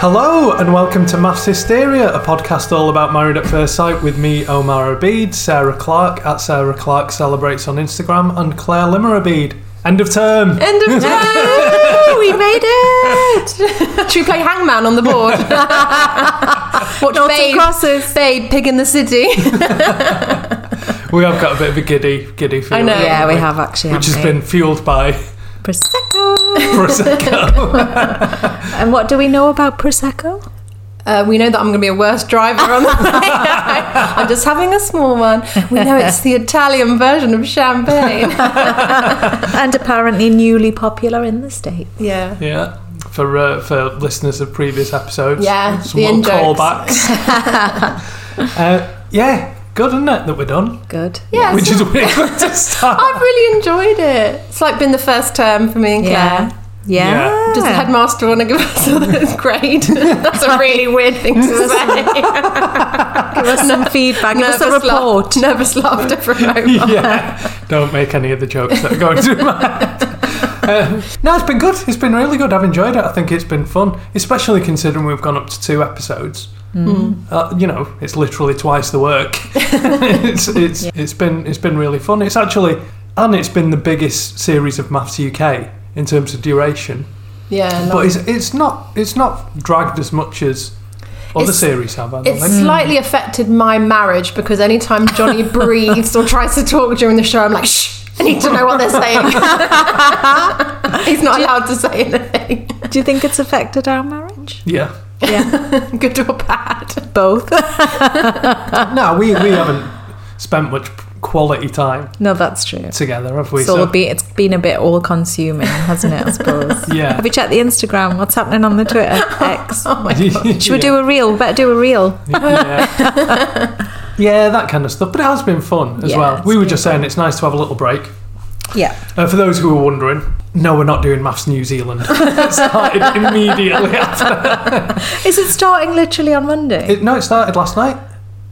Hello and welcome to Maths Hysteria, a podcast all about Married at First Sight with me, Omar Abid, Sarah Clark at Sarah Clark Celebrates on Instagram, and Claire Limmer Abid. End of term. End of time! we made it! Should we play hangman on the board? Watch Noughts and Babe, crosses. Babe, Pig in the City. We have got a bit of a giddy, giddy feeling. know. Yeah, haven't we have actually. Which has haven't been fueled by we? prosecco. Prosecco. and what do we know about prosecco? Uh, we know that I'm going to be a worse driver on the I'm just having a small one. We know it's the Italian version of champagne. And apparently newly popular in the states. yeah. yeah. For, uh, for listeners of previous episodes. Yeah, Some the little in-jokes. callbacks. uh, yeah, good, isn't it, that we're done? Good. Yeah, Which so is a weird way to start. I've really enjoyed it. It's like been the first term for me and Claire. Yeah. Yeah. Yeah. Does the headmaster want to give us a grade? That's a really weird thing to say. Give us some feedback. Give us a Nervous laugh- report. nervous laughter from Omar. yeah. Don't make any of the jokes that are going through my head. Um, no, it's been good. It's been really good. I've enjoyed it. I think it's been fun, especially considering we've gone up to two episodes. Hmm. Uh, you know, it's literally twice the work. it's it's it's been it's been really fun. It's actually and it's been the biggest series of Maths UK in terms of duration. Yeah, But it's it's not it's not dragged as much as other It's- series have. I don't It think. slightly affected my marriage because anytime Johnny breathes or tries to talk during the show, I'm like, shh, I need to know what they're saying. He's not allowed to say anything, Do you think it's affected our marriage? Yeah. good or bad. Both. No, we we haven't spent much quality time no, that's true. together, have we? It's all be, it's been a bit all consuming, hasn't it? I suppose. Yeah. Oh Have you checked the Instagram? What's happening on the Twitter? X. Should we do a reel? We better do a reel. yeah. yeah, that kind of stuff. But it has been fun as Yeah, well. it's We were been just saying it's nice to have a little break. Yeah. Uh, for those who were wondering, no, we're not doing Maths New Zealand. it started immediately after. Is it starting literally on Monday? It, no, it started last night.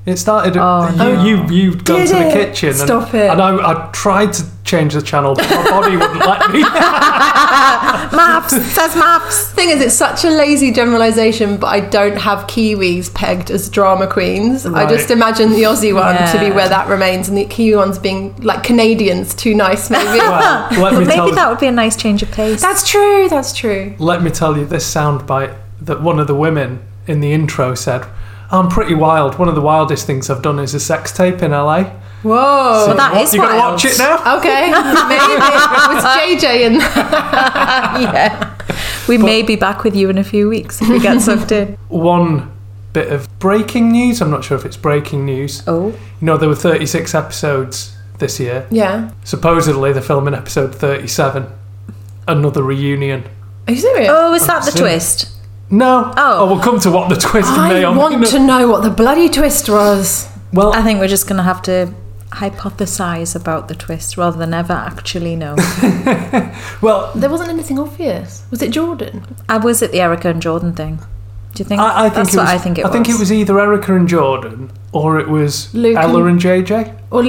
It started. Oh, no. you, you you'd gone Did to the it? kitchen. and- Stop it. And I, I tried to change the channel, but my body wouldn't let me. maps. It says maps. Thing is, it's such a lazy generalisation, but I don't have Kiwis pegged as drama queens. I just Right. imagine the Aussie one to be Yeah. where that remains, and the Kiwi one's being like Canadians, too nice maybe. Well, let me But tell maybe you. that would be a nice change of pace. That's true. That's true. let me tell you this soundbite that one of the women in the intro said, I'm pretty wild. One of the wildest things I've done is a sex tape in LA. Whoa. that What, is you gotta wild. watch it now. Okay, maybe with JJ in there. yeah. We may be back with you in a few weeks if we get sucked in. One bit of breaking news. I'm not sure if it's breaking news. Oh. You know, there were 36 episodes this year. Yeah. Supposedly, they're filming episode 37, another reunion. Are you serious? Oh, is that the Understood. twist? No. Oh. we'll come to what the twist may I or may want not- to know what the bloody twist was. Well, I think we're just going to have to hypothesize about the twist rather than ever actually know. well, There wasn't anything obvious. Was it Jordan? I Uh, was at the Erica and Jordan thing. Do you think? I, I think that's it what was, I think it I was. think it was either Erica and Jordan or it was Luke Ella and- and JJ. Or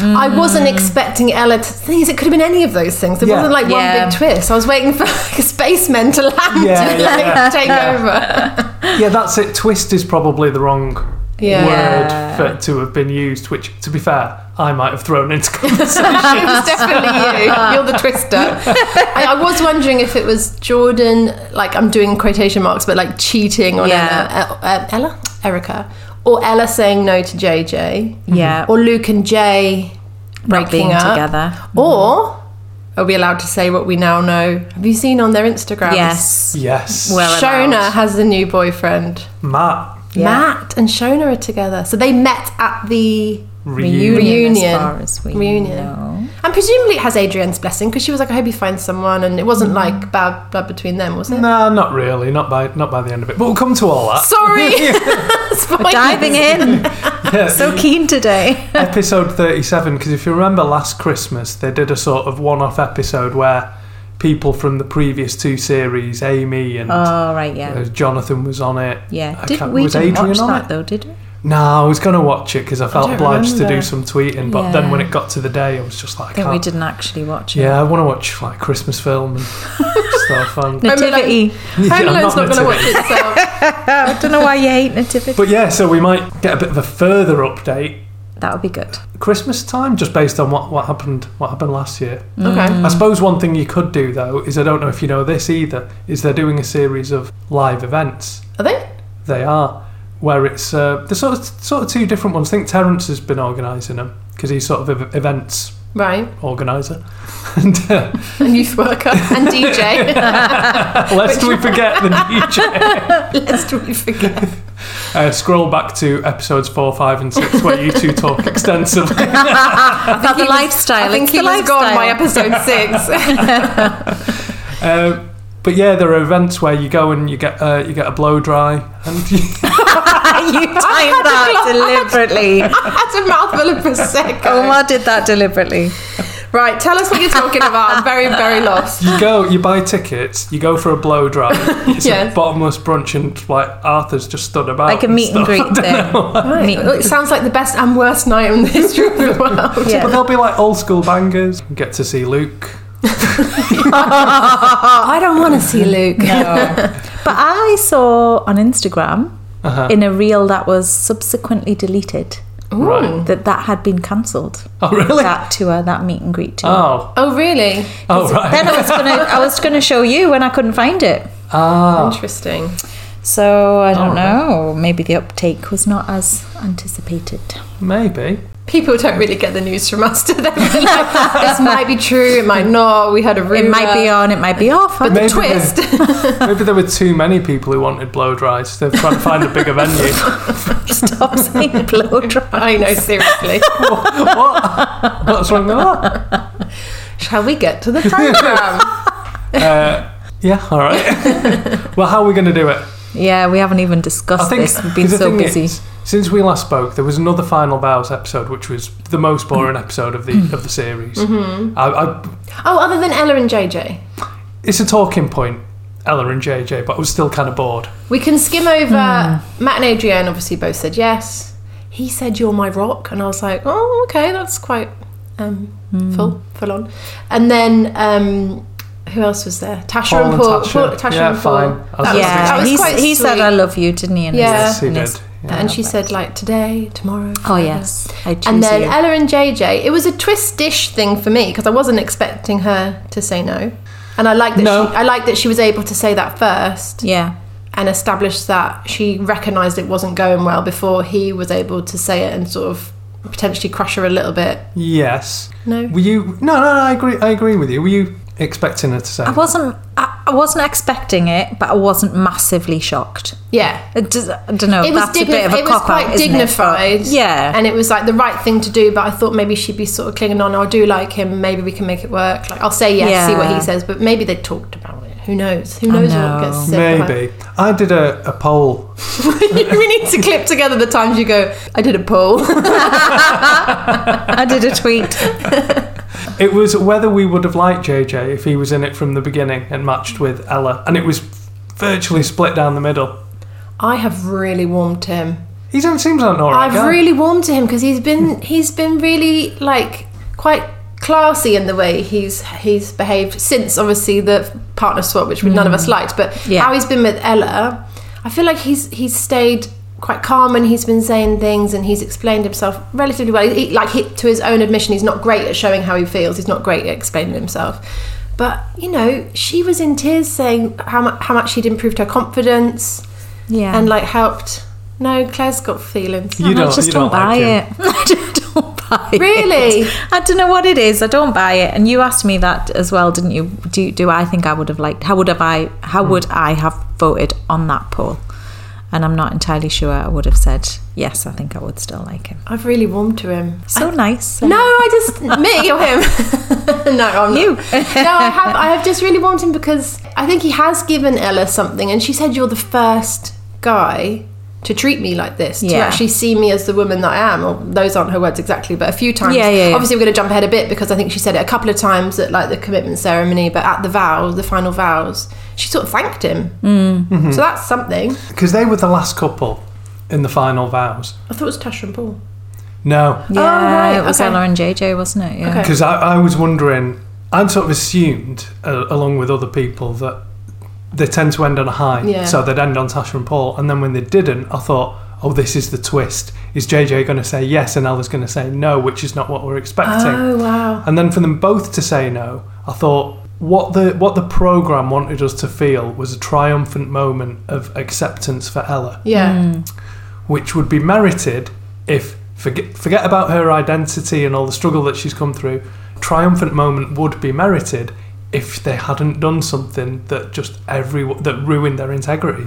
I wasn't expecting Ella to things. It could have been any of those things. There Mm. Yeah. wasn't like Yeah. one big twist. I was waiting for like a spaceman to land Yeah, and yeah, like yeah. take over. Yeah, that's it. Twist is probably the wrong Yeah. word for, to have been used, which, to be fair, I might have thrown into conversation. it was definitely you. You're the twister. I, I was wondering if it was Jordan, like I'm doing quotation marks, but like cheating on Yeah. Ella, uh, uh, Ella, Erica, or Ella saying no to JJ, Yeah, or Luke and Jay not breaking being up. together. Mm. or are we allowed to say what we now know? Have you seen on their Instagrams? Yes. yes. Well, Shona allowed. has a new boyfriend. Matt, Matt and Shona are together. So they met at the. reunion. Reunion. As far as we Reunion. know. And presumably it has Adrian's blessing because she was like, I hope you find someone. And it Mm. wasn't like bad blood between them, was it? No, not really. Not by not by the end of it. But we'll come to all that. Sorry. Oh Spoilers. Diving in. so keen today. episode 37 because if you remember last christmas they did a sort of one-off episode where people from the previous two series amy and Oh right, yeah, uh, jonathan was on it yeah. I Did can't- we was didn't adrian watch on that it though? Did we? no i was going to watch it because i felt don't obliged to do remember. some tweeting but Yeah. then when it got to the day i was just like I think "Oh, we didn't actually watch it. yeah i want to watch like christmas film and stuff and Nativity. Yeah, Home I'm Alone's not not, going to gonna watch itself. I don't know why you hate nativity. but yeah so we might get a bit of a further update that would be good. christmas time just based on what, what happened what happened last year okay. Mm. I suppose one thing you could do though is I don't know if you know this either is they're doing a series of live events. Are they? They are where it's uh, there's sort of sort of two different ones. I think Terence has been organising them because he's sort of ev- events Right. organiser. And uh, A youth worker and DJ. lest we forget the DJ, Lest we forget. uh, scroll back to episodes four, five, and six where you two talk extensively. About the I lifestyle. think it's he the was gone lifestyle. by episode six. Uh, but yeah, there are events where you go and you get uh, you get a blow dry and you, you timed had a that deliberately. I had a mouthful of prosecco. Omar did that deliberately. Oh, Right. Tell us what you're talking about. I'm very, very lost. you go, you buy tickets, you go for a blow dry. It's Yes. a bottomless brunch, and like Arthur's just stood about. Like a and meet stuff. and greet thing. Meet and It sounds like the best and worst night in the history of the world. But Yeah. they'll be like old school bangers. You Get to see Luke. I don't want to see Luke. But I saw on Instagram Uh-huh. in a reel that was subsequently deleted Right. that that had been cancelled. Oh, really? That tour, that meet and greet tour. Oh, Oh, really? oh, right. Then I was gonna, I was gonna show you when I couldn't find it. Oh. ah, Interesting. So I Oh. don't know. Maybe the uptake was not as anticipated. maybe. People don't really get the news from us, do they? Like, this might be true. It might not. We had a rumor. It might be on. It might be off. But the Maybe twist. Maybe there were too many people who wanted blow dries. They're trying to find a bigger venue. Stop saying blow dry. I know, seriously. what? What's wrong with that? Shall we get to the program? Uh, yeah, all right. well, how are we going to do it? Yeah, we haven't even discussed this. We've been 'cause the so thing busy. is, since we last spoke, there was another Final Vows episode, which was the most boring episode of the of the series. I, I, oh, other than Ella and JJ, it's a talking point, Ella and JJ, but I was still kind of bored. we can skim over Hmm. Matt and Adrienne. Obviously, both said yes. He said, "You're my rock," and I was like, "Oh, okay, that's quite um, Hmm. full, full on." And then. Um, who else was there? Tasha Paul and and Paul. Tasha. Paul- Tasha Yeah, and Paul. fine. I was That was, yeah, that was he s- quite he said, sweet. "I love you," didn't he? And his- Yeah. Yes, he and his- did. and she said like today, tomorrow. Oh forever." yes, I choose And then you. Ella and JJ. It was a twist-ish thing for me because I wasn't expecting her to say no, and I like that. No. She, I like that she was able to say that first yeah, and establish that she recognised it wasn't going well before he was able to say it and sort of potentially crush her a little bit. Yes. No. Were you? No, no, no. I agree. I agree with you. Were you expecting her to say? I wasn't. I, I wasn't expecting it, but I wasn't massively shocked. Yeah. It does, I don't know. It was, that's digni- a bit of a it was cop quite out, isn't it? But- dignified. Yeah. And it was like the right thing to do, but I thought maybe she'd be sort of clinging on. "Oh, I do like him. Maybe we can make it work. Like, I'll say yes, see what Yeah. he says, but maybe they talked about it. Who knows? Who knows what know. gets said behind- Maybe. I did a, a poll. we need to clip together the times you go, I did a poll. I did a tweet. It was whether we would have liked JJ if he was in it from the beginning and matched with Ella. And it was virtually split down the middle. I have really warmed to him. He doesn't seem like an alright I've guy. really warmed to him because he's Hmm. been he's been really like quite classy in the way he's he's behaved since obviously the partner swap, which we none of us liked. But Hmm. Yeah. how he's been with Ella, I feel like he's he's stayed quite calm and he's been saying things and he's explained himself relatively well. He, like he, to his own admission, he's not great at showing how he feels. He's not great at explaining himself. But you know, she was in tears saying how mu- how much he'd improved her confidence Yeah. and like helped. No, Claire's got feelings. You I don't, just you don't, don't, buy like him. it. I just don't buy it. Really? I don't know what it is. I don't buy it. And you asked me that as well, didn't you? Do do I think I would have liked? How would have I? How would I have voted on that poll? And I'm not entirely sure. I would have said yes. I think I would still like him. I've really warmed to him. So nice. No, I just me or him. no, I'm You. Not. no, I have. I have just really warmed him because I think he has given Ella something, and she said, "You're the first guy to treat me like this, to Yeah. actually see me as the woman that I am." Or those aren't her words exactly, but a few times. Yeah, yeah, yeah. Obviously, we're going to jump ahead a bit because I think she said it a couple of times at like the commitment ceremony, but at the vows, the final vows, she sort of thanked him. So that's something. Because they were the last couple in the final vows. I thought it was Tasha and Paul. No. Yeah, right, it was okay. Ella and JJ, wasn't it? Yeah. Okay. Because I, I was wondering, I'd sort of assumed, uh, along with other people, that they tend to end on a high. Yeah. So they'd end on Tasha and Paul. And then when they didn't, I thought, oh, this is the twist. Is JJ going to say yes and Ella's going to say no, which is not what we're expecting? Oh wow. And then for them both to say no, I thought what the what the program wanted us to feel was a triumphant moment of acceptance for Ella, Yeah. which would be merited if forget forget about her identity and all the struggle that she's come through. Triumphant moment would be merited if they hadn't done something that just every that ruined their integrity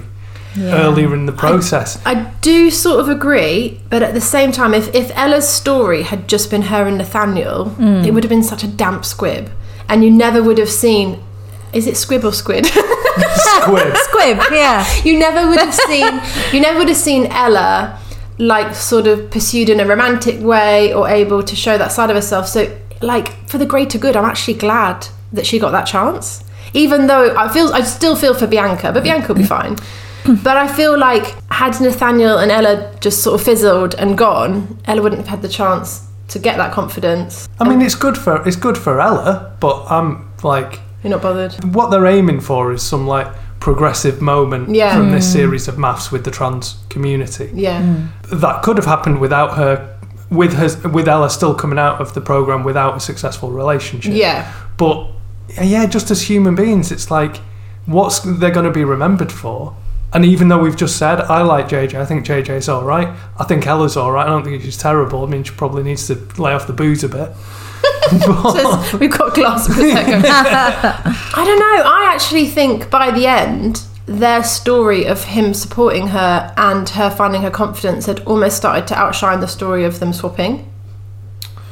earlier in the process. I do sort of agree, but at the same time, if, if Ella's story had just been her and Nathaniel, it would have been such a damp squib. And you never would have seen. Is it squib or squid? Squib. Squib. Yeah. you never would have seen. You never would have seen Ella like sort of pursued in a romantic way or able to show that side of herself. So, like for the greater good, I'm actually glad that she got that chance. Even though I feel, I still feel for Bianca, but Bianca will be fine. But I feel like had Nathaniel and Ella just sort of fizzled and gone, Ella wouldn't have had the chance to get that confidence. I mean, it's good for it's good for Ella, but I'm like. You're not bothered. what they're aiming for is some like progressive moment Yeah. Mm. from this series of maths with the trans community Yeah. that could have happened without her with her with Ella still coming out of the program without a successful relationship Yeah. but yeah just as human beings it's like what's they're going to be remembered for and even though we've just said I like JJ I think JJ's alright I think Ella's alright I don't think she's terrible I mean she probably needs to lay off the booze a bit Just- we've got glass of prosecco. I don't know. I actually think by the end, their story of him supporting her and her finding her confidence had almost started to outshine the story of them swapping.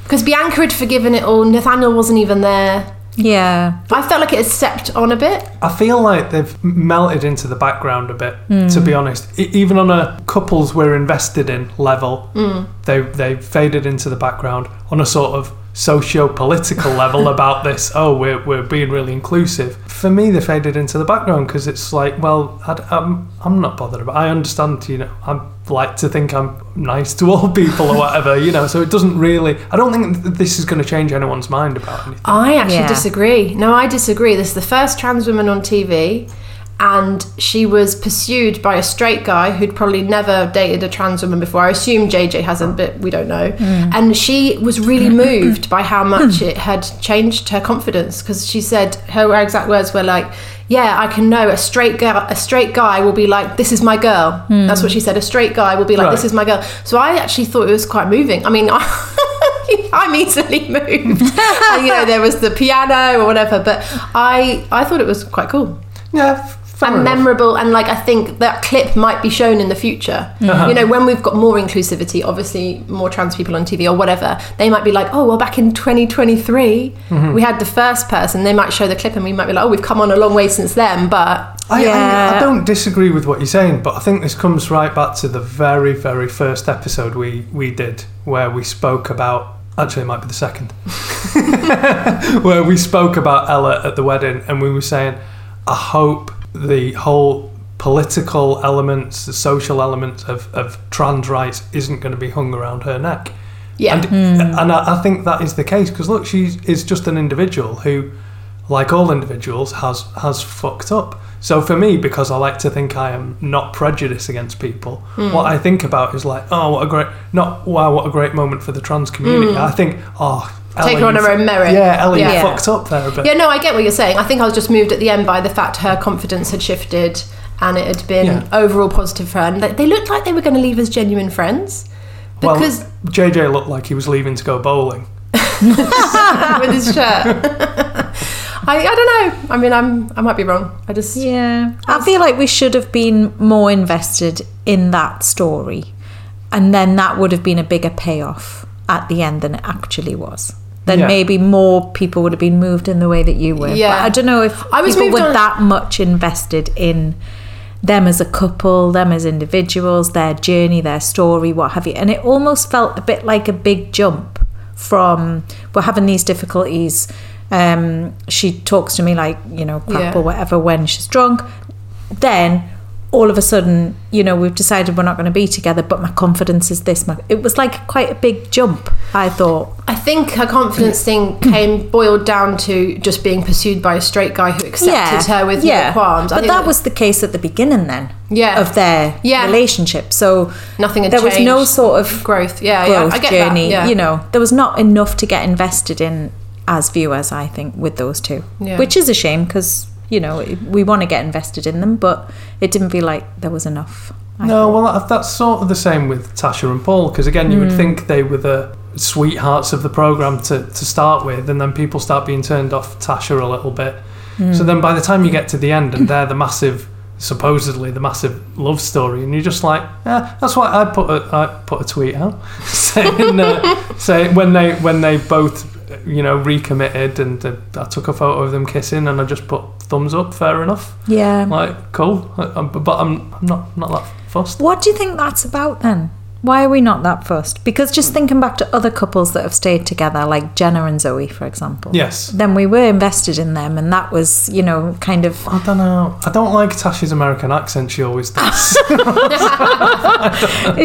Because Bianca had forgiven it all. Nathaniel wasn't even there. Yeah. I felt like it had stepped on a bit. I feel like they've melted into the background a bit. To be honest, E- even on a couples we're invested in level, they they faded into the background on a sort of socio-political level about this. Oh, we're we're being really inclusive. For me, they faded into the background because it's like, well, I, am I'm not bothered about. I understand, you know, I like to think I'm nice to all people or whatever, you know. So it doesn't really. I don't think th- this is going to change anyone's mind about anything. I actually Yeah. disagree. No, I disagree. This is the first trans woman on TV, and she was pursued by a straight guy who'd probably never dated a trans woman before. I assume JJ hasn't, but we don't know. And she was really moved by how much it had changed her confidence because she said her exact words were like, "Yeah, I can know a straight girl. A straight guy will be like, this is my girl." That's what she said. A straight guy will be like, "This Right. is my girl." So I actually thought it was quite moving. I mean. I'm easily moved. And, you know, there was the piano or whatever, but I I thought it was quite cool. Yeah. fair and enough. memorable and like i think that clip might be shown in the future you know when we've got more inclusivity obviously more trans people on tv or whatever they might be like oh well back in 2023 we had the first person they might show the clip and we might be like oh we've come on a long way since then but I, I, I Yeah. don't disagree with what you're saying, but I think this comes right back to the very, very first episode we, we did where we spoke about. Actually, it might be the second. where we spoke about Ella at the wedding and we were saying, I hope the whole political elements, the social elements of, of trans rights isn't going to be hung around her neck. yeah And, and I, I think that is the case because look, she is just an individual who, like all individuals, has has fucked up. So for me, because I like to think I am not prejudiced against people, what I think about is like, oh, what a great, not wow, what a great moment for the trans community. I think, oh, Ella, Take her on you her f- own merit. Yeah, Ellie, you Yeah. fucked up there a bit. yeah no i get what you're saying i think i was just moved at the end by the fact her confidence had shifted and it had been Yeah. overall positive for her and they- they looked like they were going to leave as genuine friends well, because JJ looked like he was leaving to go bowling. with his shirt. I, I don't know. I mean, I'm I might be wrong. I just Yeah. I feel like we should have been more invested in that story. And then that would have been a bigger payoff at the end than it actually was. Then Yeah. maybe more people would have been moved in the way that you were. Yeah. But I don't know if I was people moved were on- that much invested in them as a couple, them as individuals, their journey, their story, what have you. And it almost felt a bit like a big jump from we're having these difficulties. Um, she talks to me like, you know, Yeah. crap or whatever when she's drunk. Then all of a sudden, you know, we've decided we're not going to be together, but my confidence is this. My, it was like quite a big jump, I thought. I think her confidence thing came boiled down to just being pursued by a straight guy who accepted her with no qualms. I But that, think was the case at the beginning then Yeah. of their Yeah. relationship. So Nothing had there was no changed. sort of Growth, yeah, yeah, growth I get that, journey. yeah. You know, there was not enough to get invested in as viewers, I think, with those two, Yeah. which is a shame because you know we want to get invested in them, but it didn't feel like there was enough. I No, thought. Hmm. well, that- that's sort of the same with Tasha and Paul, because again, you would think they were the sweethearts of the program to, to start with, and then people start being turned off Tasha a little bit. So Hmm. then by the time you get to the end, and they're the massive, supposedly the massive love story, and you're just like, yeah, that's why I put a, I put a tweet out saying, uh, saying when they when they both, you know, recommitted, and uh, I took a photo of them kissing, and I just put thumbs up, fair enough, yeah. like cool, I, I, but I'm, I'm not not that fussed. What do you think that's about then? Why are we not that fussed? Because just thinking back to other couples that have stayed together, like Jenna and Zoe, for example. Yes. Then we were invested in them, and that was, you know, kind of. I don't know. I don't like Tasha's American accent. She always does.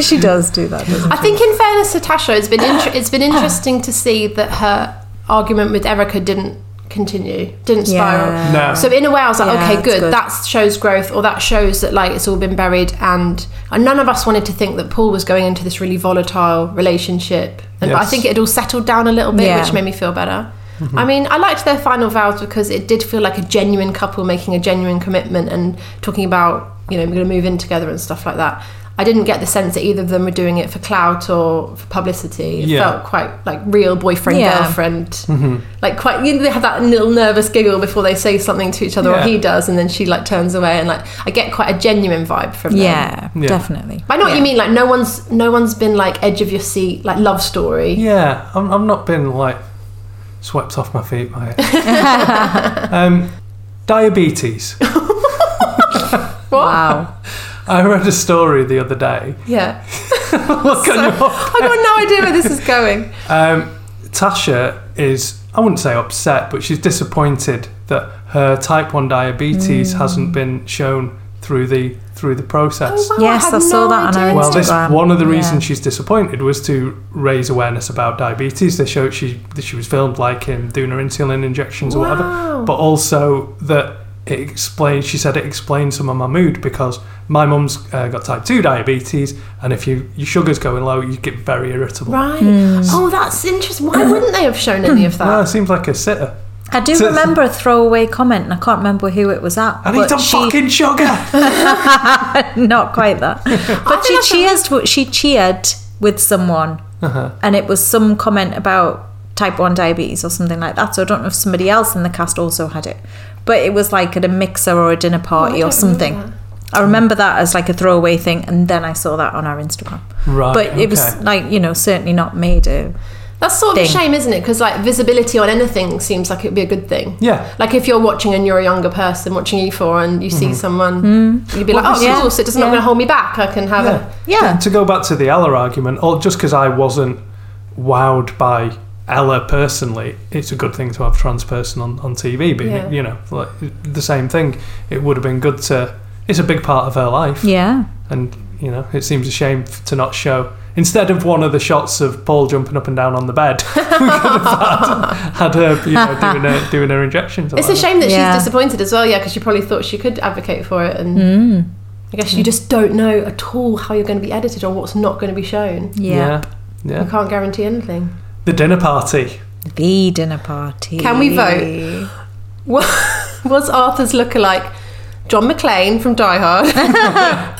she does do that, doesn't I think, in fairness to Tasha, it's been inter- it's been interesting to see that her argument with Erica didn't continue, didn't she? spiral. No. So in a way, I was like, Yeah, okay, that's good. good. That shows growth, or that shows that like it's all been buried, and, and none of us wanted to think that Paul was going into this really volatile relationship. And, But I Yes. think it had all settled down a little bit, Yeah. which made me feel better. Mm-hmm. I mean, I liked their final vows because it did feel like a genuine couple making a genuine commitment and talking about you know we're going to move in together and stuff like that. I didn't get the sense that either of them were doing it for clout or for publicity. It Yeah. Mm-hmm. felt quite like real boyfriend Yeah. girlfriend. Like quite, you know, they have that little nervous giggle before they say something to each other, Yeah. or he does, and then she like turns away, and like I get quite a genuine vibe from them. Yeah, Yeah. definitely. But I know what Yeah. you mean. Like no one's no one's been like edge of your seat, like love story. yeah, I'm, I'm not been like swept off my feet by it. um, diabetes. Wow. I read a story the other day. Yeah. Look at your. I got no idea where this is going. Um, Tasha is, I wouldn't say upset, but she's disappointed that her type one diabetes hasn't been shown through the through the process. wow, Yes, I Oh, had saw that on our Well, this Instagram. one of the Yeah. reasons she's disappointed was to raise awareness about diabetes. They showed she that she was filmed like in doing her insulin injections or whatever, but also that it explained. She said it explained some of my mood because my mum's uh, got type two diabetes, and if you your sugar's going low, you get very irritable. Right. Hmm. Oh, that's interesting. Why wouldn't they have shown any of Ah, it that? seems like a sitter. I do So- remember a throwaway comment, and I can't remember who it was at. I need but some she- fucking sugar. not quite that. But she cheers. She cheered with someone, Uh-huh. and it was some comment about type one diabetes or something like that. So I don't know if somebody else in the cast also had it, but it was like at a mixer or a Oh, dinner party or something. I remember that as like a throwaway thing, and then I saw that on our Instagram. Right, but it was okay. like you know certainly not made a That's sort of a thing. shame, isn't it? Because like visibility on anything seems like it'd be a good thing. Yeah. Like if you're watching and you're a younger person watching E4 and you Hmm. see someone, Hmm. you'd be like, oh, yeah. yeah. so it's not Yeah. going to hold me back. I can have Yeah. a. Yeah. To go back to the Ella argument, or just because I wasn't wowed by Ella personally, it's a good thing to have trans person on, on TV. Being Yeah. you know like the same thing, it would have been good to. It's a big part of her life, yeah and you know it seems a shame f- to not show. Instead of one of the shots of Paul jumping up and down on the bed, we could have had, had her you know, doing her doing her injections. or It's a whatever. shame that Yeah. she's disappointed as well, yeah, because she probably thought she could advocate for it. And Hmm. I guess you just don't know at all how you're going to be edited or what's not going to be shown. yeah, yeah, You yeah. can't guarantee anything. The dinner party. the dinner party. Can we vote? Was Arthur's lookalike John McClane from Die Hard,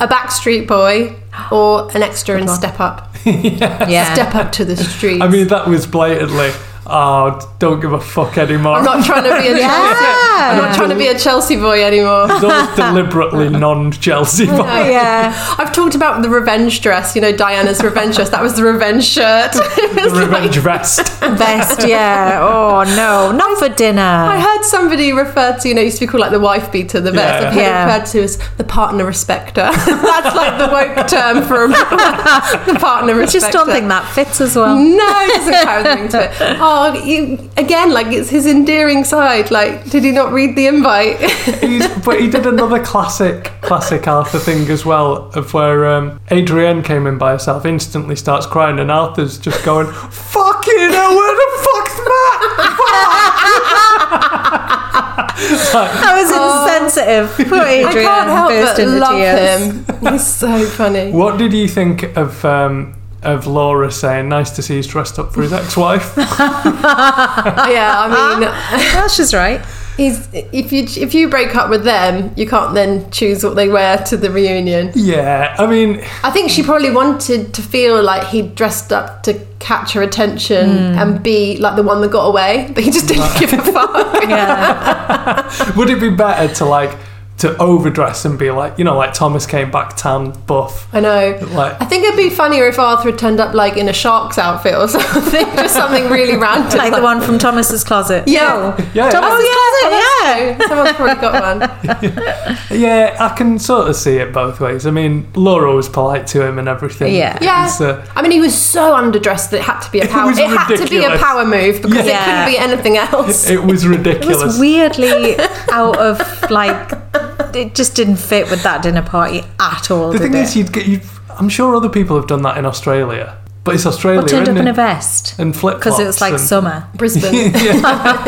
a Backstreet Boy, or an extra in Step Up? Yeah. Step up to the streets. I mean, that was blatantly. Oh, d- don't give a fuck anymore. I'm not trying to be a Chelsea. I'm not trying to be a Chelsea boy anymore. Those deliberately non-Chelsea boys. yeah. I've talked about the revenge dress. You know, Diana's revenge dress. That was the revenge shirt. It The was like- revenge vest. Best, yeah. Oh no, not for dinner. I heard somebody referred to, you know, it used to be called like the wife beater, the best. Yeah. I've heard it Yeah. referred to as the partner respecter. That's like the woke term for a, the partner I respecter. just don't think that fits as well. No, it doesn't quite have anything to it. Oh, you, again, like it's his endearing side. Like, did he not read the invite? He's, but he did another classic, classic Arthur thing as well, of where um, Adrienne came in by herself, instantly starts crying, and Arthur's just going, "Fucking hell, where the fuck's Matt?" That was insensitive. Poor Adrian I can't help burst but into love tears. him. He's so funny. What did you think of um, of Laura saying, "Nice to see he's dressed up for his ex-wife"? Yeah, I mean, Well, she's right. he's if you if you break up with them, you can't then choose what they wear to the reunion. yeah, I mean, I think she probably wanted to feel like he dressed up to catch her attention and be like the one that got away, but he just didn't give a fuck. Yeah. would it be better to like to overdress and be like, you know, like Thomas came back tan, buff? I know. Like- I think it'd be funnier if Arthur had turned up like in a shark's outfit or something, just something really random. like the one from Thomas's closet. Yeah. Oh, Yeah, yeah. Thomas's closet. Yeah. yeah. Someone's probably got one. Yeah, I can sort of see it both ways. I mean, Laura was polite to him and everything. Yeah. Yeah. It's, uh, I mean, he was so underdressed that it had to be a power. was It, had to be a ridiculous. power move because Yeah. it couldn't be anything else. it was It ridiculous. was weirdly out of like. It just didn't fit with that dinner party at all. The did thing it? is, you'd get. You'd, I'm sure other people have done that in Australia, but it's Australia, Well, turned isn't up it? in a vest and flip because it was like and, summer. Brisbane.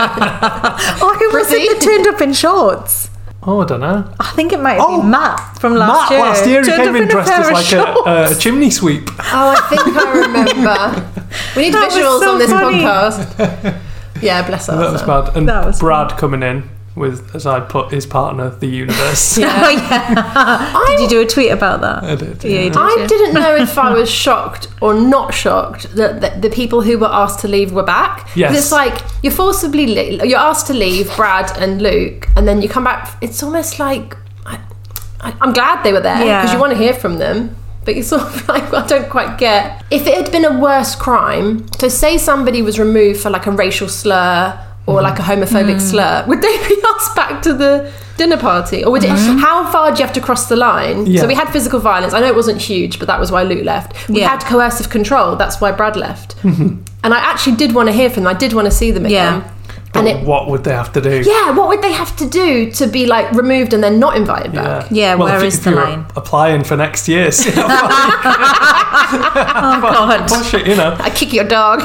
Oh, who was it that turned up in shorts? Oh, I don't know. I think it might have Oh, been Matt from Matt last year. last year he Turned came up in a dressed pair as of like a, a chimney sweep. Oh, I think I remember. We need That was visuals so on this funny. podcast. Yeah, bless us. that was bad. And That was Brad coming in with, as I put, his partner, the universe. Oh, yeah. Did you do a tweet about that? Oh, I did, Yeah, you yeah. did. I didn't know if I was shocked or not shocked that that the people who were asked to leave were back. 'Cause Yes. It's like you're forcibly le- you're asked to leave Brad and Luke, and then you come back. It's almost like I, I, I'm glad they were there Yeah. because you want to hear from them. But you sort of like I don't quite get if it had been a worse crime. So say somebody was removed for like a racial slur or like a homophobic slur, would they be asked back to the dinner party, or would it? How far do you have to cross the line? Yeah. So we had physical violence. I know it wasn't huge, but that was why Luke left. We Yeah. had coercive control. That's why Brad left. Mm-hmm. and I actually did want to hear from them. I did want to see them again. And it, what would they have to do? yeah, what would they have to do to be like removed and then not invited back? Yeah, Well, where if you- is if the you were line? Applying for next year. See how far you can- Push it, you know. I kick your dog.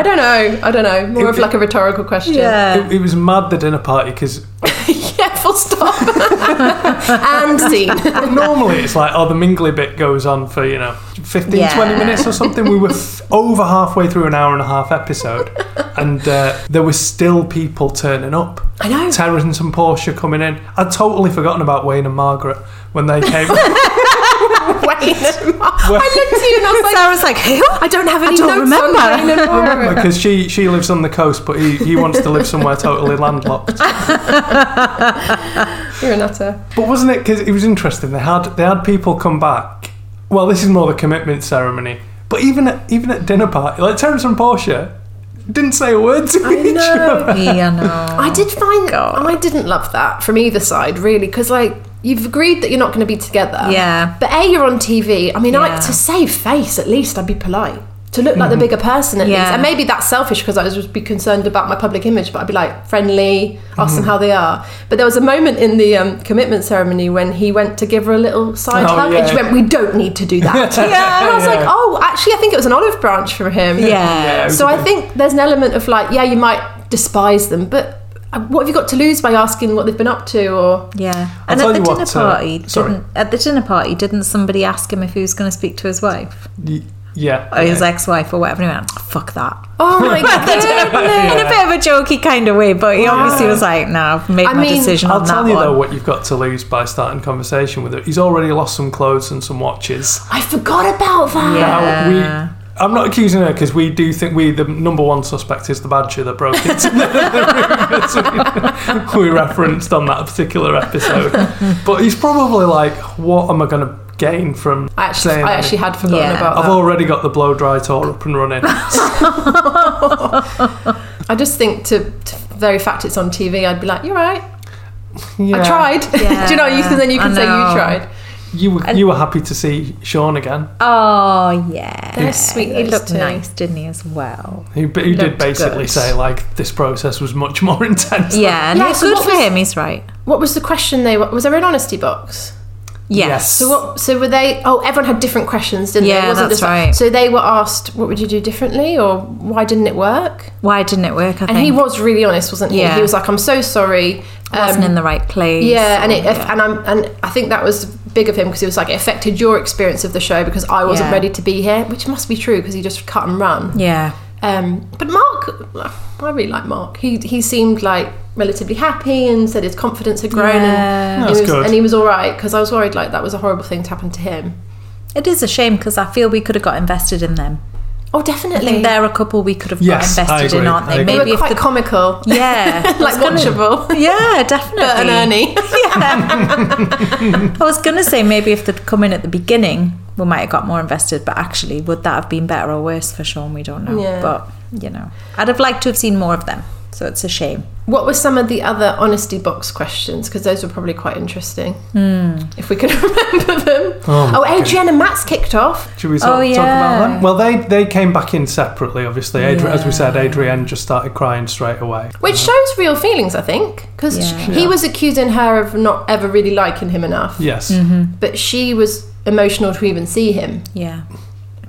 I don't know. I don't know. More of like a rhetorical question. Yeah. It, it was mad the dinner party because Yeah, full stop. and scene. normally it's like, oh, the mingly bit goes on for, you know, 15, Yeah. 20 minutes or something. We were f- over halfway through an hour and a half episode and uh, there were still people turning up. I know. Terrence and Portia coming in. I'd totally forgotten about Wayne and Margaret when they came. Wayne and Mara. I looked at you and I was like, Sarah's like, who? I don't have any I don't notes on remember. Wayne and Mara. Because she, she lives on the coast, but he, he wants to live somewhere totally landlocked. You're an utter. But wasn't it? Because it was interesting. They had they had people come back. Well, this is more the commitment ceremony. But even at, even at dinner party, like Terence and Portia didn't say a word to each other. Yeah, no. I did find I didn't love that from either side, really, because like you've agreed that you're not going to be together. Yeah. But a you're on TV. I mean, I, Yeah. to save face, at least I'd be polite. To look like the bigger person, at least, Yeah. and maybe that's selfish because I was just be concerned about my public image. But I'd be like friendly, ask them how they are. But there was a moment in the um, commitment ceremony when he went to give her a little side Oh, hug, and she yeah. went, "We don't need to do that." Yeah. and I was like, Yeah. "Oh, actually, I think it was an olive branch from him." Yeah. So I think there's an element of like, yeah, you might despise them, but uh, what have you got to lose by asking what they've been up to? Or Yeah, and tell at the you dinner what, uh, party, sorry. didn't at the dinner party didn't somebody ask him if he was going to speak to his wife Y- yeah. or his ex-wife or whatever? And he went, "Fuck that." oh my In a goodness! bit of a jokey kind of way, but he obviously was like, "No, I've made I my mean, decision I'll on that tell you one." though what you've got to lose by starting conversation with her. He's already lost some clothes and some watches. I forgot about that. Now, yeah. we, I'm not accusing her because we do think we the number one suspect is the badger that broke into the, room as we, we referenced on that particular episode. But he's probably like, what am I going to gain from I actually, saying? I actually anything? had forgotten Yeah. about I've that. already got the blow dry tour up and running. I just think to, to the very fact it's on TV, I'd be like, you're right. Yeah. I tried. Do you know? Because then you Yeah, can I say you know. tried. You were, you were happy to see Sean again, Oh yeah, They're sweet, He those looked two. nice, didn't he? As well. who, who did Looked basically good. say like this process was much more intense. than- Yeah, and Yeah, it's so good what for was- him. He's right. What was the question? They were- was there an honesty box? Yes. So what? So were they? Oh, everyone had different questions, didn't they? Yeah, It wasn't that's just like- right. So they were asked, "What would you do differently?" or "Why didn't it work?" Why didn't it work? I And think he was really honest, wasn't he? Yeah. He was like, "I'm so sorry." Um, wasn't in the right place. Yeah, and or- it and I'm and I think that was big of him because he was like, "It affected your experience of the show because I wasn't Yeah. ready to be here," which must be true because he just cut and run. yeah, Um, but Mark, I really like Mark. He he seemed like relatively happy and said his confidence had grown and, That's he was, good. and he was all right because I was worried like that was a horrible thing to happen to him. it is a shame because I feel we could have got invested in them. Oh, I definitely. think they're a couple we could have Yes, I got invested in, agree, I aren't they? agree. they Maybe were if quite the comical, yeah, I was like gonna- watchable. Yeah, definitely. Bert and Ernie. I was gonna say maybe if they'd come in at the beginning, we might have got more invested. But actually, would that have been better or worse for Sean? We don't know. Yeah. But you know, I'd have liked to have seen more of them. So it's a shame. What were some of the other honesty box questions? Because those were probably quite interesting. Hmm. If we can remember them. Oh, my Oh, Adrian and Matt's kicked off. Should we talk, Oh, talk yeah. about them? Well, they they came back in separately, obviously. Adri- As we said, Adrienne just started crying straight away. Which shows real feelings, I think, because Yeah. he was accusing her of not ever really liking him enough, Yes. Mm-hmm. but she was emotional to even see him. Yeah,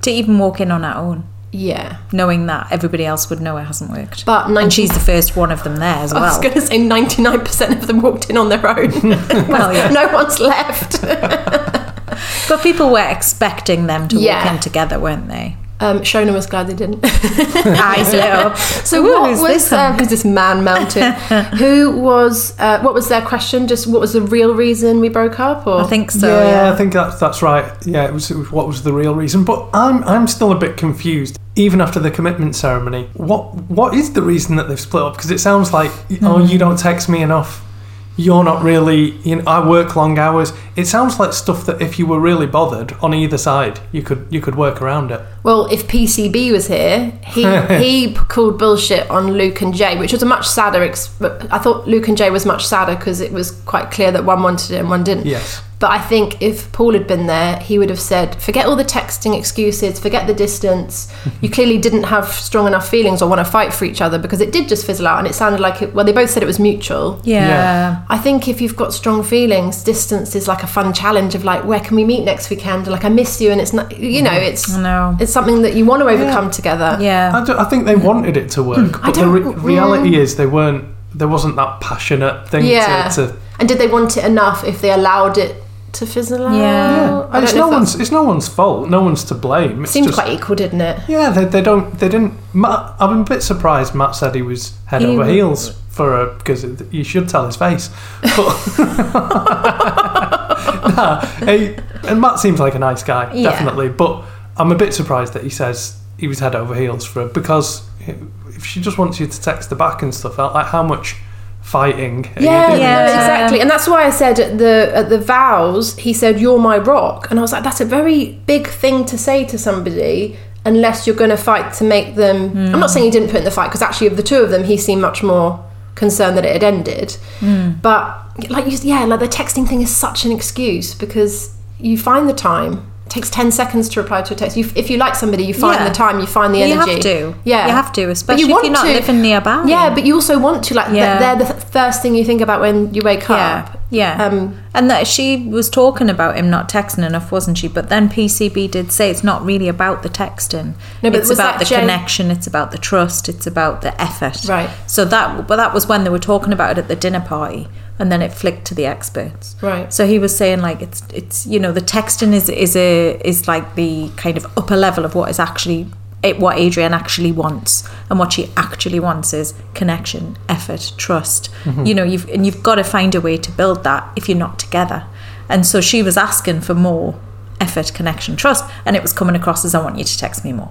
to even walk in on her own, Yeah, knowing that everybody else would know it hasn't worked. but 19- and she's the first one of them there as I was well. going to say ninety nine percent of them walked in on their own. Well, yeah. no one's left. But people were expecting them to Yeah. walk in together, weren't they? Um, Shona was glad they didn't. Eyes lit up. So Ooh, what who's was um, this this, one? who's this man mounted? who was uh, what was their question? Just what was the real reason we broke up? Or I think so. yeah, Yeah. I think that's that's right. Yeah, it was, it was what was the real reason. But I'm I'm still a bit confused. Even after the commitment ceremony, what what is the reason that they've split up? Because it sounds like oh, Hmm. you don't text me enough. You're not really. You know, I work long hours. It sounds like stuff that if you were really bothered on either side, you could you could work around it. well, if PCB was here, he he p- called bullshit on Luke and Jay, which was a much sadder. Ex- I thought Luke and Jay was much sadder because it was quite clear that one wanted it and one didn't. Yes. But I think if Paul had been there, he would have said, "Forget all the texting excuses. Forget the distance. You clearly didn't have strong enough feelings or want to fight for each other because it did just fizzle out, and it sounded like it. Well, they both said it was mutual. Yeah. I think if you've got strong feelings, distance is like a fun challenge of like, where can we meet next weekend? Like, I miss you, and it's not, you know, it's Mm-hmm. know. it's something that you want to overcome together. Yeah. I, do- I think they wanted it to work, but the Hmm. don't- re- reality is they weren't. There wasn't that passionate thing yeah. to. to and did they want it enough if they allowed it to fizzle out? Yeah. I and it's don't know no if that's- one's. It's no one's fault. No one's to blame. It's Seemed just, quite equal, didn't it? Yeah, they, they don't. They didn't. Matt, I'm a bit surprised. Matt said he was head He over was- heels for a because you should tell his face. But nah, he- and Matt seems like a nice guy, Yeah. definitely. But I'm a bit surprised that he says he was head over heels for her because if she just wants you to text her back and stuff, like how much fighting? Are you Yeah, doing? yeah, exactly. And that's why I said at the at the vows, he said, "You're my rock," and I was like, "That's a very big thing to say to somebody." Unless you're going to fight to make them. Hmm. I'm not saying he didn't put in the fight because actually, of the two of them, he seemed much more concerned that it had ended. Hmm. But like, you, yeah, like the texting thing is such an excuse because you find the time. It takes ten seconds to reply to a text. You, if you like somebody, you find Yeah. the time. You find the You energy. have to. Yeah, You have to, especially if you're not living nearby. Yeah, but you also want to. Like, th- Yeah. they're the th- first thing you think about when you wake Yeah, up. yeah. Um, and that she was talking about him not texting enough, wasn't she? But then PCB did say it's not really about the texting. No, but it's was about that the Jane- connection. It's about the trust. It's about the effort. Right. So that, but that was when they were talking about it at the dinner party, and then it flicked to the experts. Right. So he was saying like it's it's you know the texting is is a is like the kind of upper level of what is actually. It, what Adrienne actually wants and what she actually wants is connection, effort, trust. You know, you've and you've got to find a way to build that if you're not together. And so she was asking for more effort, connection, trust, and it was coming across as I want you to text me more.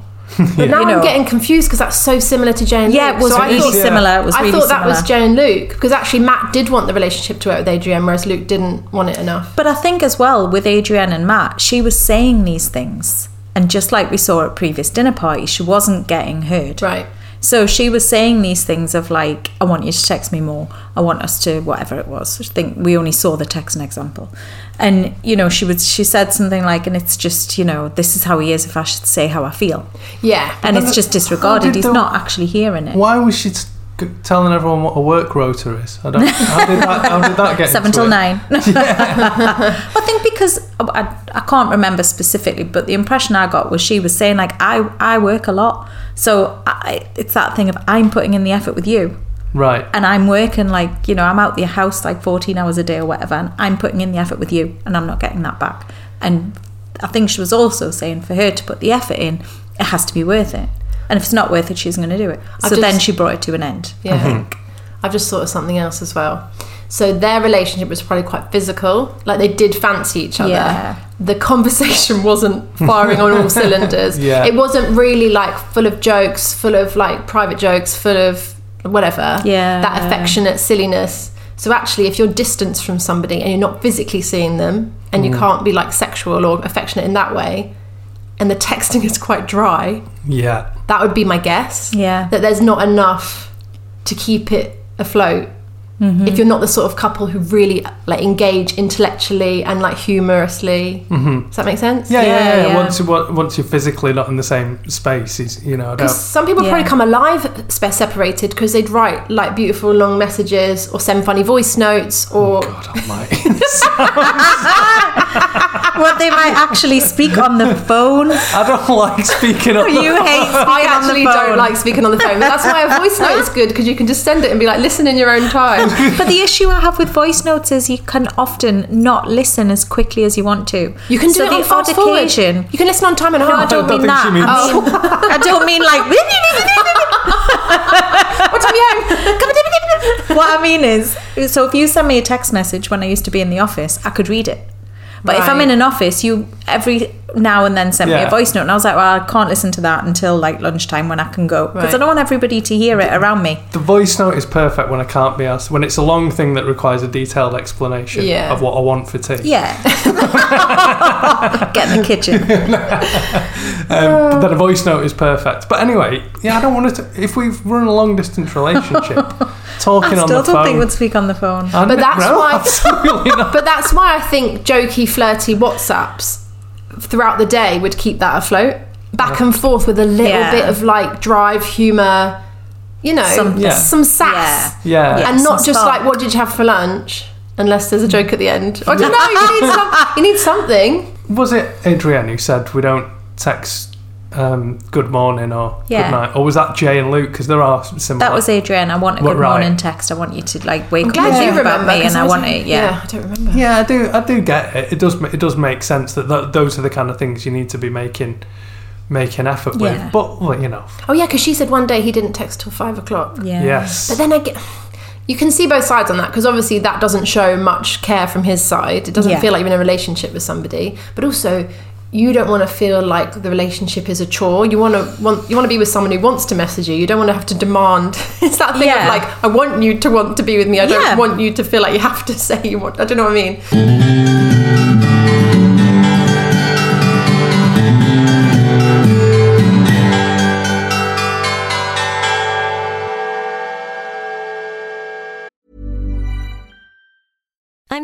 But now You know. I'm getting confused because that's so similar to Jane. Yeah, it was really similar. It was I really thought that was similar. Jane Luke because actually Matt did want the relationship to work with Adrienne, whereas Luke didn't want it enough. But I think as well with Adrienne and Matt, she was saying these things. And just like we saw at previous dinner parties, she wasn't getting heard. Right. So she was saying these things of like, I want you to text me more. I want us to whatever it was. I think we only saw the texting example. And, you know, she was she said something like, and it's just, you know, this is how he is if I should say how I feel. Yeah. And it's just disregarded. did He's the- not actually hearing it. Why was she t- g- telling everyone what a work rota is? I don't. How did that, how did that get? seven into till it? nine. I think because oh, I, I can't remember specifically, but the impression I got was she was saying like I I work a lot, so I, it's that thing of I'm putting in the effort with you, Right. and I'm working like you know I'm out the house like 14 hours a day or whatever, and I'm putting in the effort with you, and I'm not getting that back. And I think she was also saying for her to put the effort in, it has to be worth it, and if it's not worth it, she's going to do it. So I've then just- she brought it to an end. Yeah. Mm-hmm. I've just thought of something else as well. So their relationship was probably quite physical. Like they did fancy each other. Yeah. The conversation wasn't firing on all cylinders. Yeah. It wasn't really like full of jokes, full of like private jokes, full of whatever. Yeah. That affectionate silliness. So actually if you're distanced from somebody and you're not physically seeing them and Mm. you can't be like sexual or affectionate in that way and the texting is quite dry, Yeah. that would be my guess. Yeah. That there's not enough to keep it afloat. Mm-hmm. If you're not the sort of couple who really like engage intellectually and like humorously, does that make sense? Yeah, yeah, yeah. yeah. Once, you- on- once you're physically not in the same space, is you know, I Because don't, some people Yeah. probably come alive spe- separated because they'd write like beautiful long messages or send funny voice notes or God Almighty. Well, they might actually speak on the phone. I don't like speaking up. You hate speaking I on the actually phone. don't like speaking on the phone. But that's why a voice note is good because you can just send it and be like, listen in your own time. But the issue I have with voice notes is you can often not listen as quickly as you want to. You can do so it the on fast odd forward. occasion. You can listen on time and No, I hard. don't don't mean think she that. means- I, mean, I don't mean like. What time are you home? what I mean is, so if you send me a text message when I used to be in the office, I could read it. But if I'm Right. in an office, you every now and then send me Yeah. a voice note, and I was like, well, I can't listen to that until like lunchtime when I can go because I Right. don't want everybody to hear it around me. The voice note is perfect when I can't be asked. When it's a long thing that requires a detailed explanation Yeah. of what I want for tea. Yeah. Get in the kitchen. Um, but then a voice note is perfect. But anyway, yeah, I don't want to. If we've run a long distance relationship, talking I on still the don't phone. think would speak on the phone. I But don't that's know, why- Absolutely not. But that's why I think jokey, flirty WhatsApps throughout the day would keep that afloat. Back and forth with a little Yeah. bit of like drive, humour, you know, Some- Yeah. some, sass. Yeah. Yeah. And not Some just spark. like, what did you have for lunch? Unless there's a joke at the end. I don't know, you need, some, you need something. Was it Adrienne who said we don't text um, good morning or Yeah. good night? Or was that Jay and Luke? Because there are similar. That was Adrian. I want a What, good right. morning text. I want you to like wake up Glad and you think remember. about me, 'cause and I was want like, it. Yeah. I don't remember. Yeah, I do. I do get it. It does. ma- It does make sense that th- those are the kind of things you need to be making, making effort Yeah. with. But well, you know, Oh, yeah, because she said one day he didn't text till five o'clock. yeah, yes, But then I get. you can see both sides on that because obviously that doesn't show much care from his side. It doesn't Yeah. feel like you're in a relationship with somebody, but also you don't want to feel like the relationship is a chore. You want to want you want to be with someone who wants to message you. You don't want to have to demand. It's that thing Yeah. of like I want you to want to be with me. I don't Yeah. want you to feel like you have to say you want. I don't know what I mean. I'm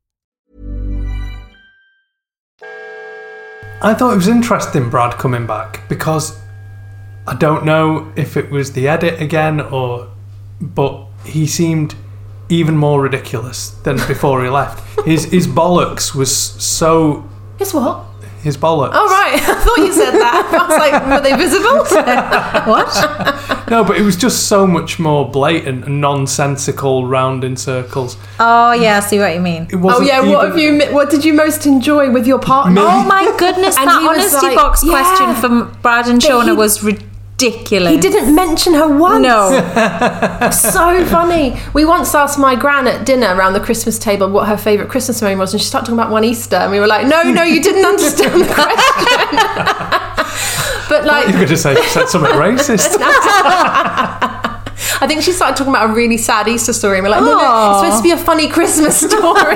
I thought it was interesting Brad coming back because I don't know if it was the edit again or but he seemed even more ridiculous than before he left. His his bollocks was so Guess what? his bollocks. Oh right, I thought you said that. I was like, were they visible? What? No, but it was just so much more blatant and nonsensical round in circles. Oh yeah, I see what you mean. It oh wasn't yeah. What even- have you? mi- What did you most enjoy with your partner? Oh my goodness, And that he was honesty like, box yeah. question from Brad and But Shauna he- was ridiculous. He didn't mention her once. No. so funny. We once asked my gran at dinner around the Christmas table what her favourite Christmas memory was, and she started talking about one Easter, and we were like, "No, no, you didn't understand the question." but You're going like, to say she said something racist. I think she started talking about a really sad Easter story, and we're like, "No, no, it's supposed to be a funny Christmas story."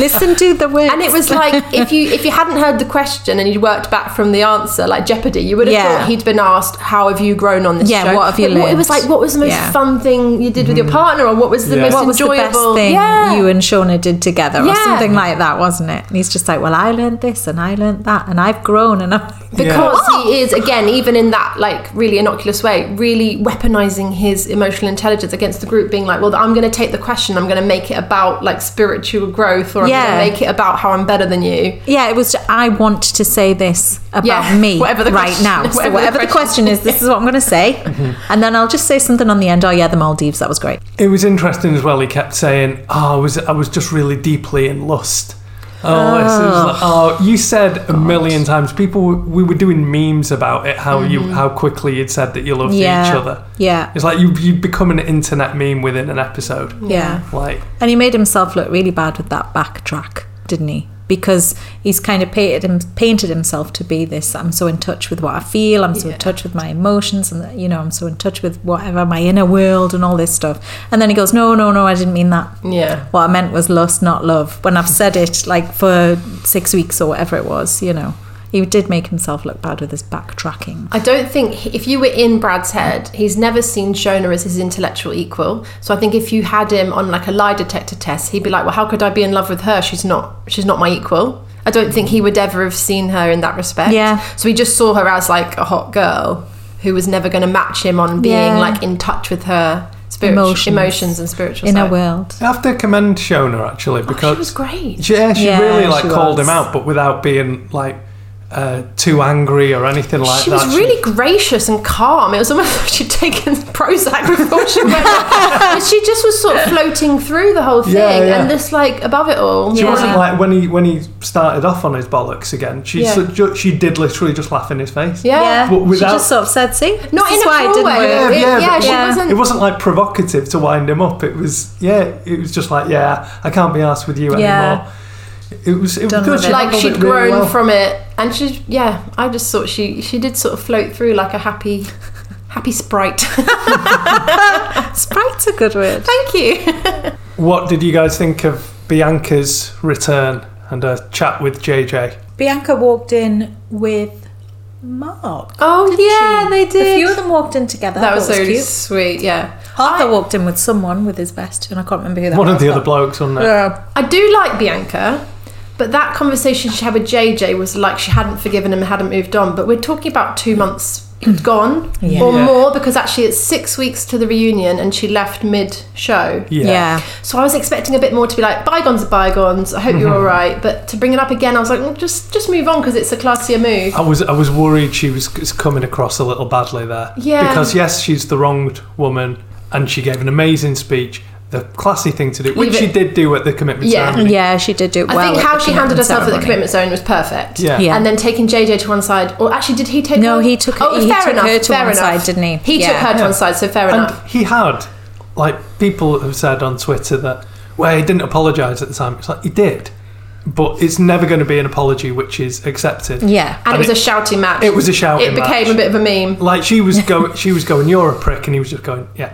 Listen to the words. And it was like if you if you hadn't heard the question and you'd worked back from the answer, like Jeopardy, you would have Yeah. thought he'd been asked, "How have you grown on this Yeah, show?" what have you But It was learned? like, what was the most Yeah. Mm-hmm. fun thing you did with your partner, or what was the Yeah. most What was enjoyable the best thing Yeah. you and Shauna did together or Yeah. something like that, wasn't it? And he's just like, Well, I learned this and I learned that and I've grown and I'm because he is again, even in that like really innocuous way, really weaponizing his emotional intelligence against the group, being like, "Well, I'm going to take the question, I'm going to make it about like spiritual growth, or I'm Yeah. going to make it about how I'm better than you." Yeah, it was I want to say this about Yeah, me whatever the right question- now. So whatever whatever, the the question Mm-hmm. question is, this is what I'm gonna say. And then I'll just say something on the end. Oh yeah, the Maldives, that was great. It was interesting as well. He kept saying, "Oh, I was I was just really deeply in lust." Oh, this is like, oh you said a million times. People, were- we were doing memes about it. How you, how quickly you'd said that you loved Yeah. each other. Yeah. It's like you you become an internet meme within an episode. Yeah. Like And he made himself look really bad with that backtrack, didn't he? Because he's kind of painted, him, painted himself to be this I'm so in touch with what I feel, I'm so in touch with my emotions, and, you know, I'm so in touch with whatever, my inner world, and all this stuff. And then he goes, No, no, no, I didn't mean that. Yeah. What I meant was lust, not love. When I've said it like for six weeks or whatever it was, you know. He did make himself look bad with his backtracking. I don't think he- if you were in Brad's head, he's never seen Shona as his intellectual equal. So I think if you had him on like a lie detector test, he'd be like, "Well, how could I be in love with her? She's not. She's not my equal." I don't think he would ever have seen her in that respect. Yeah. So he just saw her as like a hot girl who was never going to match him on being Yeah. like in touch with her spiritual emotions, Emotions. and spiritual Inner side. world. I have to commend Shona actually because She was great. Yeah, she Yeah, really like she called was. him out, but without being like uh, too angry or anything like she that. was really gracious and calm. It was almost like she'd taken Prozac before she went. but she just was sort of floating through the whole thing Yeah, yeah. and just like above it all. She Yeah. wasn't like when he when he started off on his bollocks again. She Yeah. so- ju- she did literally just laugh in his face. Yeah. Yeah. But without- she just sort of said, see? Not this in is a why it cruel didn't way. work. Yeah, It- yeah, yeah, but- she Yeah. wasn't. It wasn't like provocative to wind him up. It was yeah. It was just like yeah, I can't be asked with you Yeah. anymore. It was it was Done good. with She it. like handled she'd it really grown well. from it, and she, yeah, I just thought she she did sort of float through like a happy, happy sprite. Sprite's a good word. Thank you. What did you guys think of Bianca's return and a chat with JJ? Bianca walked in with Mark. Oh, didn't yeah, she? they did. A few of them walked in together. That was so so sweet. Yeah. Arthur walked in with someone with his vest, and I can't remember who that One was. of the other but- blokes, wasn't it? Yeah. I do like Bianca, but that conversation she had with JJ was like she hadn't forgiven him and hadn't moved on. But we're talking about two months gone Mm. Yeah. or more because actually it's six weeks to the reunion and she left mid show. Yeah. yeah. So I was expecting a bit more to be like bygones are bygones. I hope you're Mm-hmm. all right. But to bring it up again, I was like, well, just just move on because it's a classier move. I was I was worried she was c- coming across a little badly there. Yeah. Because yes, she's the wronged woman, and she gave an amazing speech, the classy thing to do, which Leave she it- did do at the commitment Yeah. ceremony. Yeah, she did do it I well. think at how the she handled commitment herself at the ceremony. commitment zone was perfect. Yeah. Yeah. And then taking JJ to one side, or actually, did he take? No, her? he took- Oh, he fair took enough, her to fair one enough. side, didn't he? He took Yeah. her to one side, so fair enough. And he had, like, people have said on Twitter that, well, he didn't apologise at the time. It's like, he did. But it's never going to be an apology which is accepted. Yeah. and, And it was it- a shouting match. it was a shouting It became match. a bit of a meme. Like she was going, she was going. You're a prick, and he was just going, yeah.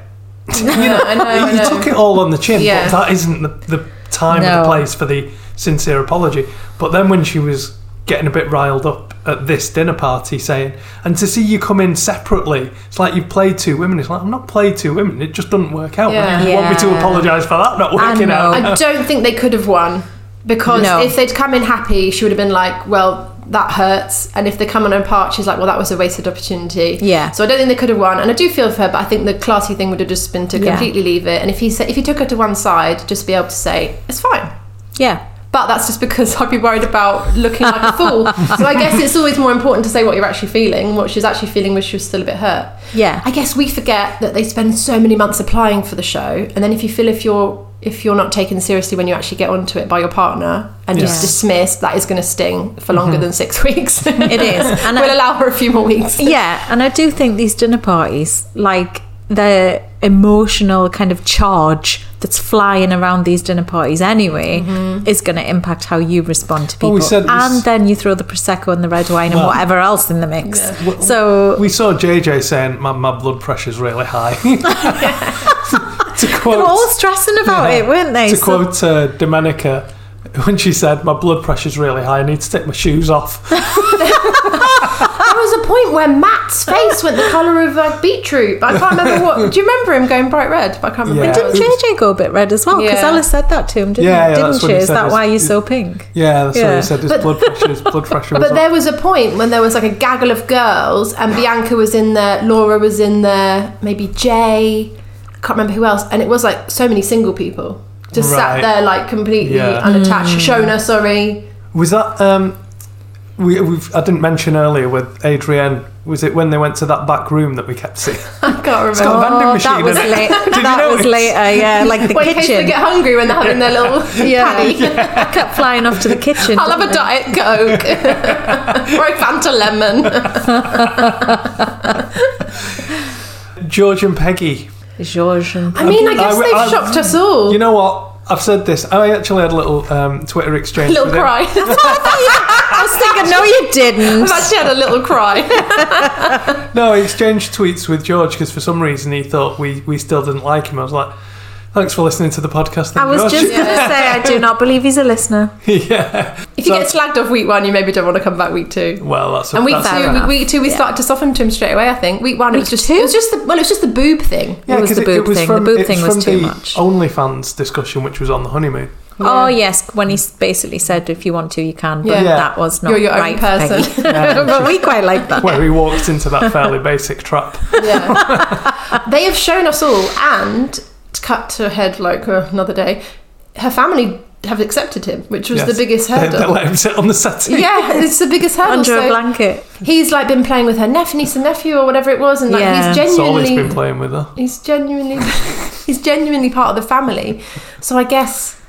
I know. I you know. took it all on the chin, Um, Yeah. but that isn't the, the time or No. the place for the sincere apology. But then when she was getting a bit riled up at this dinner party, saying, and to see you come in separately, it's like you've played two women. It's like, I'm not played two women, it just doesn't work out. Yeah. You want me to Yeah. apologise for that not working know. out? I don't think they could have won because No. if they'd come in happy, she would have been like, "Well, that hurts," and if they come in apart, she's like, "Well, that was a wasted opportunity." Yeah. So I don't think they could have won, and I do feel for her, but I think the classy thing would have just been to Yeah. completely leave it. And if he said, if he took her to one side, just be able to say, "It's fine." Yeah. But that's just because I'd be worried about looking like a fool. So I guess it's always more important to say what you're actually feeling. What she's actually feeling was she was still a bit hurt. Yeah. I guess we forget that they spend so many months applying for the show, and then if you feel if you're if you're not taken seriously when you actually get onto it by your partner and just Yeah. Mm-hmm. dismissed, that is going to sting for longer than six weeks. It is. And we'll I- allow her a few more weeks. Yeah, and I do think these dinner parties, like the emotional kind of charge that's flying around these dinner parties anyway, is going to impact how you respond to people. Well, we said this- and then you throw the prosecco and the red wine and Well- whatever else in the mix. So We saw JJ saying, my, my blood pressure's really high. to, to they quote, were all stressing about Yeah. it, weren't they? To So- quote uh, Domenica, when she said, "My blood pressure's really high. I need to take my shoes off." There was a point where Matt's face went the colour of like beetroot, but I can't remember what. Do you remember him going bright red? But I can't remember. Yeah. what it didn't was. JJ go a bit red as well? Because Yeah. Ella said that to him, didn't, Yeah, yeah, didn't that's she? what he Is said that is- why you're so pink? Yeah, that's what Yeah. he said. His But- blood pressure, his blood pressure was. But there was a point when there was like a gaggle of girls, and Bianca was in there, Laura was in there, maybe Jay, I can't remember who else, and it was like so many single people just Right. sat there like completely Yeah. unattached. Shona, sorry. up. was that? Um, we, we've, I didn't mention earlier with Adrienne. Was it when they went to that back room that we kept seeing? I can't remember. got a vending machine That was in it. late. Did you that was notice? later, yeah, like the Well, in case they kitchen. get hungry when they're having their little yeah, patty. kept flying off to the kitchen. I'll have didn't a they? diet coke or a Fanta lemon. George and Peggy. George and I mean, I I- guess they've I- shocked us all. You know what? I've said this. I actually had a little um, Twitter exchange. little with him. cry. I was thinking, no, you didn't. I've actually had a little cry. No, I exchanged tweets with George because for some reason he thought we, we still didn't like him. I was like, thanks for listening to the podcast. then, I was George." just going to say, I do not believe he's a listener. If you get slagged off week one, you maybe don't want to come back week two. well, that's a, And week that's a- fair two, enough. week, week two, we started to soften to him straight away. I think week one, it was just it was just the well, it was just the boob thing. Yeah, It was 'cause the boob thing. The boob it's thing was from too the much. OnlyFans discussion, which was on the honeymoon. Oh yes, when he s- basically said, "If you want to, you can," but Yeah. Yeah. that was not You're your own right, person. Peggy. but we quite like that. Where he walked into that fairly basic trap. Yeah, they have shown us all, and to cut to head like uh, another day. Her family have accepted him, which was Yes. the biggest They- They, hurdle. let him sit on the setting. Yeah, it's the biggest hurdle. Under so a blanket. He's like been playing with her nephew, niece, and nephew, or whatever it was, and like Yeah. he's That's all genuinely he's been playing with her. He's genuinely he's genuinely part of the family. So I guess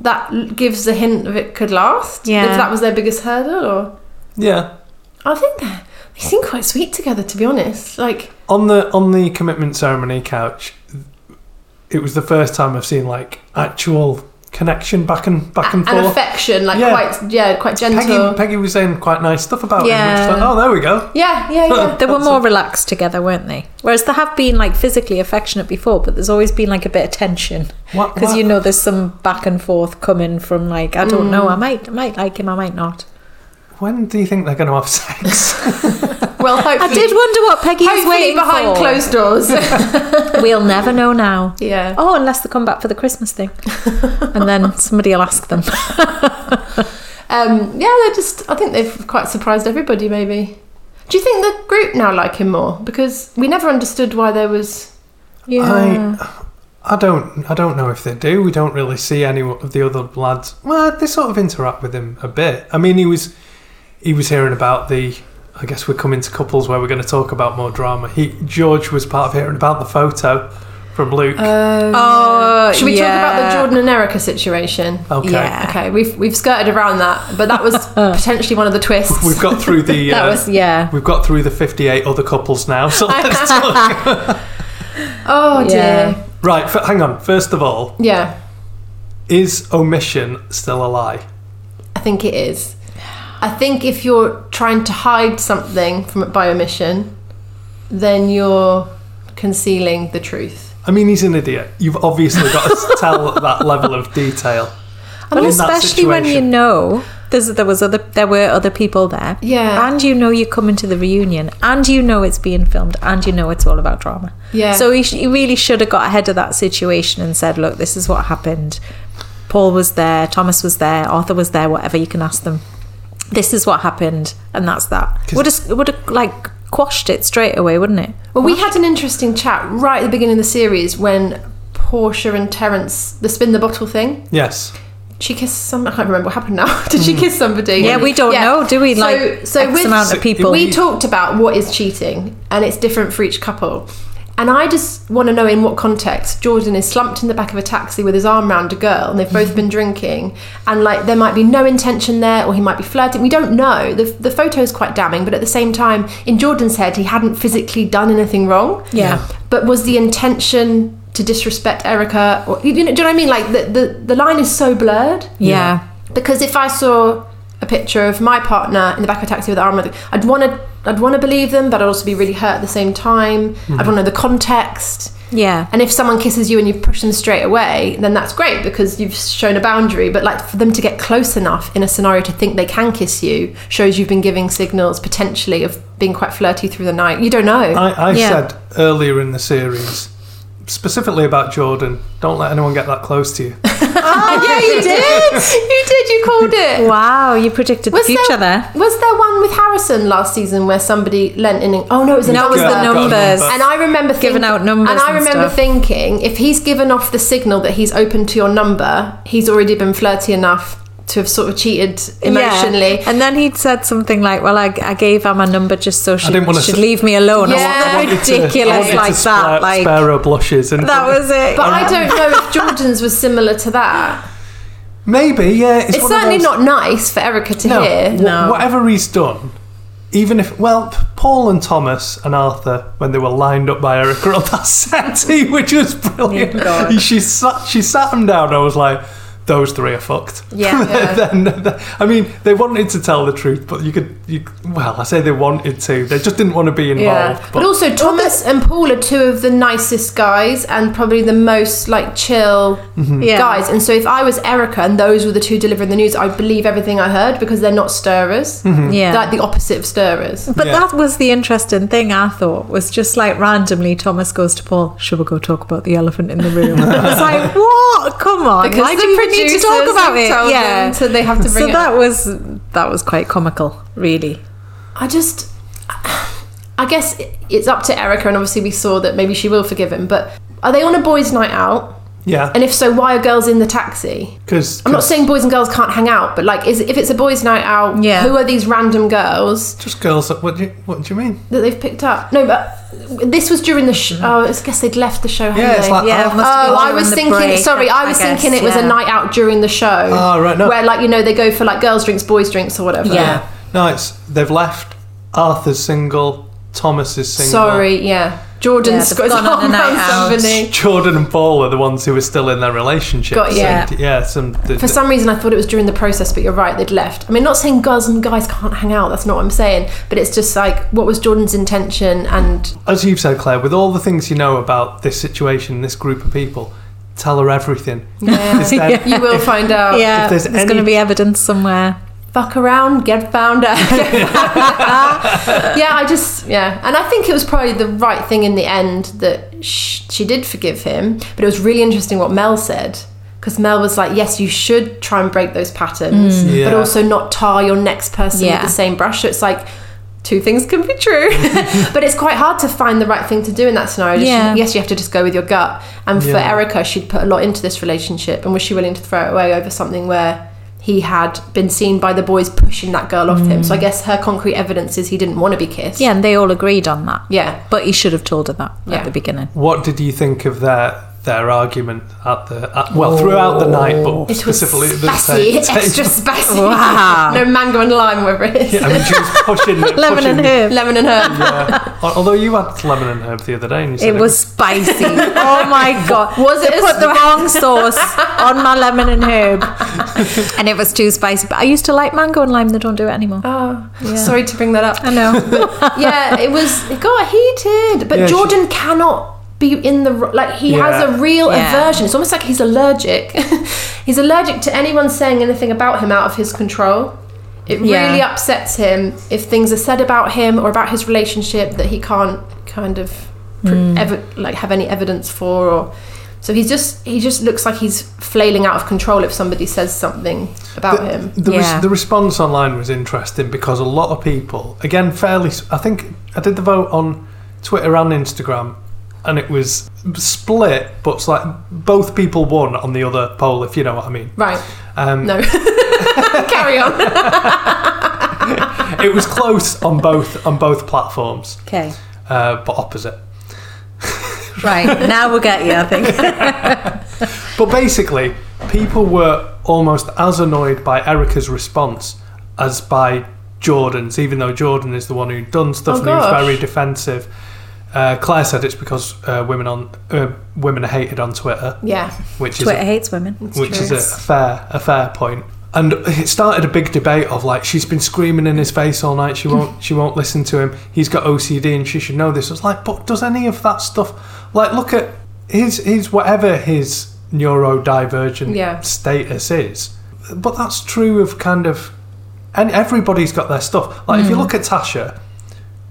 that l- gives a hint of it could last. Yeah. If that was their biggest hurdle or Yeah. I think they they seem quite sweet together to be honest. Like On the on the commitment ceremony couch, it was the first time I've seen like actual connection back and back and an forth. affection, like Yeah. quite yeah, quite gentle. Peggy, Peggy was saying quite nice stuff about him. Which Yeah. is like, oh, there we go. Yeah, yeah, yeah. They were more relaxed together, weren't they? Whereas they have been like physically affectionate before, but there's always been like a bit of tension What- because what- you know there's some back and forth coming from like I don't know, I might, I might like him, I might not. When do you think they're going to have sex? well, hopefully, I did wonder what Peggy was hopefully waiting behind for. closed doors. We'll never know now. yeah. Oh, unless they come back for the Christmas thing, and then somebody will ask them. Um, yeah, they're just. I think they've quite surprised everybody. Maybe. Do you think the group now like him more? Because we never understood why there was. Yeah, I don't. I don't know if they do. We don't really see any of the other lads. Well, they sort of interact with him a bit. I mean, he was he was hearing about the. I guess we're coming to couples where we're going to talk about more drama. He George was part of hearing about the photo from Luke. Uh, oh, Should we talk about the yeah. Jordan and Erica situation? okay, yeah. Okay, we've we've skirted around that, but that was potentially one of the twists. we've got through the. That uh, was yeah. We've got through the fifty-eight other couples now. So let's talk. oh Yeah. dear. right, f- hang on. First of all, Yeah, is omission still a lie? I think it is. I think if you're trying to hide something from by omission, then you're concealing the truth. I mean, he's an idiot. You've obviously got to tell that level of detail. Well, in that especially when you situation. know there's, there was other there were other people there. Yeah. and you know you're coming to the reunion, and you know it's being filmed, and you know it's all about drama. Yeah. So he, sh- he really should have got ahead of that situation and said, "Look, this is what happened. Paul was there, Thomas was there, Arthur was there. Whatever you can ask them. This is what happened, and that's that." Would have would have like quashed it straight away, wouldn't it? Well, we had an interesting chat right at the beginning of the series when Portia and Terence, the spin the bottle thing, Yes. she kissed some. I can't remember what happened now. Did she kiss somebody? Yeah, we don't know, do we? So- Like, so X with- amount of people. We talked about what is cheating, and it's different for each couple. And I just want to know in what context Jordan is slumped in the back of a taxi with his arm round a girl, and they've Mm-hmm. both been drinking, and like there might be no intention there, or he might be flirting. We don't know. The the photo is quite damning, but at the same time, in Jordan's head, he hadn't physically done anything wrong. Yeah. But was the intention to disrespect Erica? Or, you know, do you know what I mean? Like the, the, the line is so blurred. Yeah. Because if I saw a picture of my partner in the back of a taxi with arm, I'd want to I'd want to believe them, but I'd also be really hurt at the same time. I'd want to know the context. Yeah. And if someone kisses you and you push them straight away, then that's great because you've shown a boundary. But like for them to get close enough in a scenario to think they can kiss you shows you've been giving signals potentially of being quite flirty through the night. You don't know. I, I Yeah. said earlier in the series, specifically about Jordan, don't let anyone get that close to you. Oh, yeah, you did. You did. You called it. Wow, you predicted the future there. Was there one with Harrison last season where somebody lent in? Oh no, it was No, it was the I've got a numbers. number. And I remember Giving think- out numbers And I and remember stuff. thinking, if he's given off the signal that he's open to your number, he's already been flirty enough to have sort of cheated emotionally. Yeah. And then he'd said something like, "Well, I, I gave her my number just so she didn't wanna should s- leave me alone." or Yeah. something It's a- I wanted ridiculous to like spare- that. Like spare her blushes, and that was it. But I don't know if Jordan's was similar to that. maybe yeah. It's, It's one of certainly those- not nice for Erica to No, hear. wh- whatever he's done. Even if well, P- Paul and Thomas and Arthur, when they were lined up by Erica on that settee, which was brilliant. Oh, God. she sat, she sat them down. And I was like, those three are fucked. Yeah. then, then- I mean, they wanted to tell the truth, but you could, you, well, I say they wanted to. They just didn't want to be involved. But, also, Thomas and Paul are two of the nicest guys and probably the most like chill Yeah. guys. And so, if I was Erica and those were the two delivering the news, I'd believe everything I heard because they're not stirrers. Yeah. They're like the opposite of stirrers. But Yeah. that was the interesting thing I thought was just like randomly Thomas goes to Paul, should we go talk about the elephant in the room? it's like, what? Come on. Because Why the do you even need to producers talk about have it? told yeah. them, so they have to bring So it that up. was that was quite comical, really. I just, I guess it- it's up to Erica, and obviously we saw that maybe she will forgive him. But are they on a boys' night out? yeah, And if so, why are girls in the taxi? because I'm not saying boys and girls can't hang out, but like, is if it's a boys' night out, Yeah. who are these random girls? just girls. that- What do you, what do you mean? that they've picked up. No, but this was during the show. Oh, I guess they'd left the show. hadn't Yeah, it's they? like- Mm. Yeah, Oh, it must have Oh, been I during was the thinking. break, sorry, I, I was guess, thinking it was yeah. Ah, a night out during the show. Oh, right, no. Where like you know they go for like girls drinks, boys drinks, or whatever. Yeah. No, it's they've left. Arthur's single. Thomas is single. Sorry, yeah. Jordan's they've got his gone on a arm night around out. somebody. Jordan and Paul are the ones who were still in their relationship. Got you. yeah, yeah. Some the, For some reason, I thought it was during the process, but you're right, they'd left. I mean, not saying girls and guys can't hang out, that's not what I'm saying, but it's just like, what was Jordan's intention? And as you've said, Claire, with all the things you know about this situation, this group of people, tell her everything. If there- you will find out. Yeah, If there's there's, any- going to be evidence somewhere. Fuck around, get found out. yeah, I just, yeah. And I think it was probably the right thing in the end that sh- she did forgive him, but it was really interesting what Mel said. Because Mel was like, yes, you should try and break those patterns, but Yeah. also not tar your next person Mm. Yeah. with the same brush. So it's like, two things can be true. but it's quite hard to find the right thing to do in that scenario. She- Yeah. yes, you have to just go with your gut. And for Yeah. Erica, she'd put a lot into this relationship, and was she willing to throw it away over something where he had been seen by the boys pushing that girl off him? So I guess her concrete evidence is he didn't want to be kissed. Mm. Yeah, and they all agreed on that. Yeah. But he should have told her that Yeah. at the beginning. what did you think of their their argument at the at, well throughout the night, but Oh. It was specifically at the spicy, same- extra spicy. Wow. no mango and lime, whatever it is. Yeah, I mean, she was pushing Lemon pushing- and herb. Lemon and herb. Yeah. Al- Although you had lemon and herb the other day, and you said It was spicy. oh my god! Was it They a put the spice? wrong sauce on my lemon and herb, and it was too spicy. But I used to like mango and lime. They don't do it anymore. Oh, sorry to bring that up. I know. yeah, it was. It got heated, but Yeah, she- Jordan cannot be in the r- like. He Yeah. has a real Yeah. aversion. It's almost like he's allergic. he's allergic to anyone saying anything about him out of his control. It Yeah. really upsets him if things are said about him or about his relationship that he can't kind of pr- Mm. ever like have any evidence for or. So he's just he just looks like he's flailing out of control if somebody says something about him. The, res- Yeah. the response online was interesting because a lot of people, again, fairly. s- I think I did the vote on Twitter and Instagram, and it was split, but it's like both people won on the other poll, if you know what I mean. Right. Um, No. Carry on. It was close on both on both platforms, Okay. uh, but opposite. Right now we'll get you. I think. But basically, people were almost as annoyed by Erica's response as by Jordan's, even though Jordan is the one who'd done stuff Oh, and he was gosh. very defensive. Uh, Claire said it's because uh, women on uh, women are hated on Twitter, Yeah. which is Twitter a, hates women. which is true. a fair a fair point. And it started a big debate of like she's been screaming in his face all night. She won't she won't listen to him. He's got OCD and she should know this. It's like, but does any of that stuff like look at his his whatever his neurodivergent Yeah. status is. But that's true of kind of and everybody's got their stuff. Like if Mm. you look at Tasha,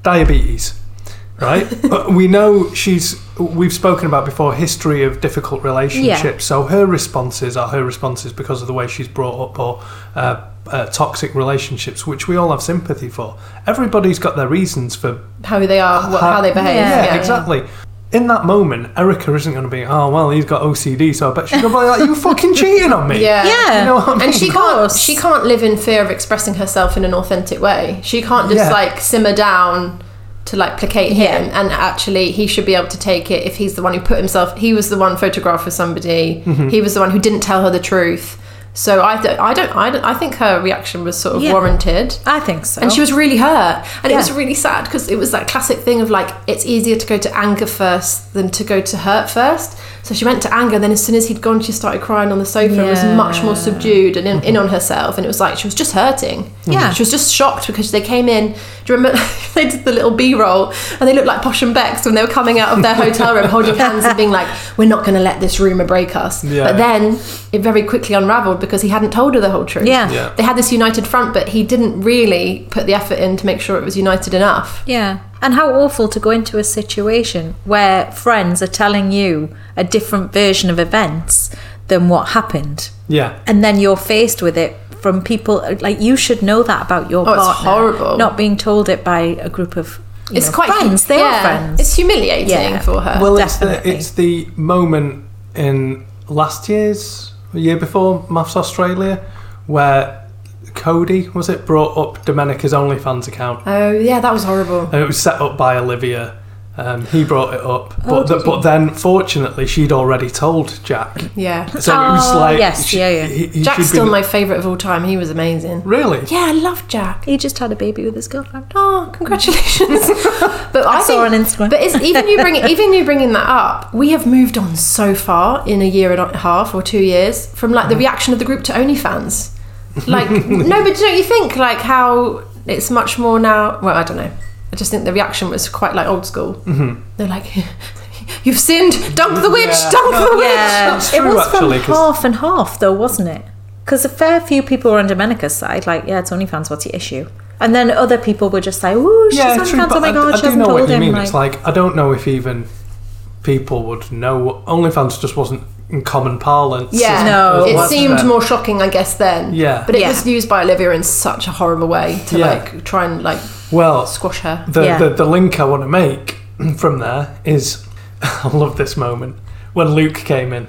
diabetes, right? Uh, we know she's. We've spoken about before history of difficult relationships. So her responses are her responses because of the way she's brought up or uh, uh, toxic relationships, which we all have sympathy for. Everybody's got their reasons for How they are, what, how they behave. yeah, exactly. In that moment, Erica isn't going to be, oh, well, he's got OCD, so I bet she's going to be like, you fucking cheating on me. Yeah. Yeah. You know what I mean? And she Of can't course. she can't live in fear of expressing herself in an authentic way. She can't just Yeah. like simmer down to like placate him and actually he should be able to take it if he's the one who put himself he was the one photographed with somebody. Mm-hmm. He was the one who didn't tell her the truth. So I th- I don't I don't, I think her reaction was sort of Yeah. warranted. I think so. And she was really hurt. And it Yeah. was really sad because it was that classic thing of like, it's easier to go to anger first than to go to hurt first. So she went to anger. Then as soon as he'd gone, she started crying on the sofa and was Yeah. Mm-hmm. much more subdued and in, in on herself. And it was like, she was just hurting. Yeah. She was just shocked because they came in. Do you remember they did the little B roll and they looked like Posh and Bex when they were coming out of their hotel room holding hands and being like, we're not going to let this rumor break us. Yeah. But then it very quickly unraveled because he hadn't told her the whole truth Yeah. Yeah. they had this united front, but he didn't really put the effort in to make sure it was united enough. Yeah. And how awful to go into a situation where friends are telling you a different version of events than what happened. Yeah. And then you're faced with it from people like you should know that about your Oh, it's partner. horrible. Not being told it by a group of you It's know, quite friends. They yeah, are friends. It's humiliating Yeah. for her. Well, it's the, Oh, Definitely. it's the moment in last year's year before Maths Australia where Cody was it brought up Domenica's OnlyFans account oh yeah, that was horrible. and it was set up by Olivia Um, he brought it up, but Oh, the, did but you? then fortunately she'd already told Jack, Yeah. so it was Oh, like yes, yeah, yeah. he- she'd Jack's still been- my favourite of all time. He was amazing. really Yeah, I love Jack. He just had a baby with his girlfriend. Oh, congratulations! but I, saw think- on Instagram. But it's, even you bring even you bringing that up, we have moved on so far in a year and a half or two years from Mm-hmm. like the reaction of the group to OnlyFans. Like no, but don't you think like how it's much more now? Well, I don't know. I just think the reaction was quite like old school. Mm-hmm. They're like, "You've sinned. Dunk the witch. Dunk Oh, the witch." Yeah, That's it true, was actually, from 'cause- half and half, though, wasn't it? Because a fair few people were on Domenica's side, like, yeah, it's OnlyFans, what's the issue? And then other people were just like, ooh, she's yeah, OnlyFans, true. But oh my I, god, I she do hasn't know told what you him. mean. It's like I don't know if even people would know. What, OnlyFans just wasn't in common parlance. uh, Yeah, as- No, as it was seemed then. more shocking, I guess, then. Yeah. but it Yeah. was used by Olivia in such a horrible way to Yeah. like try and like well. squash her. The, Yeah. the the link I want to make from there is I love this moment when Luke came in.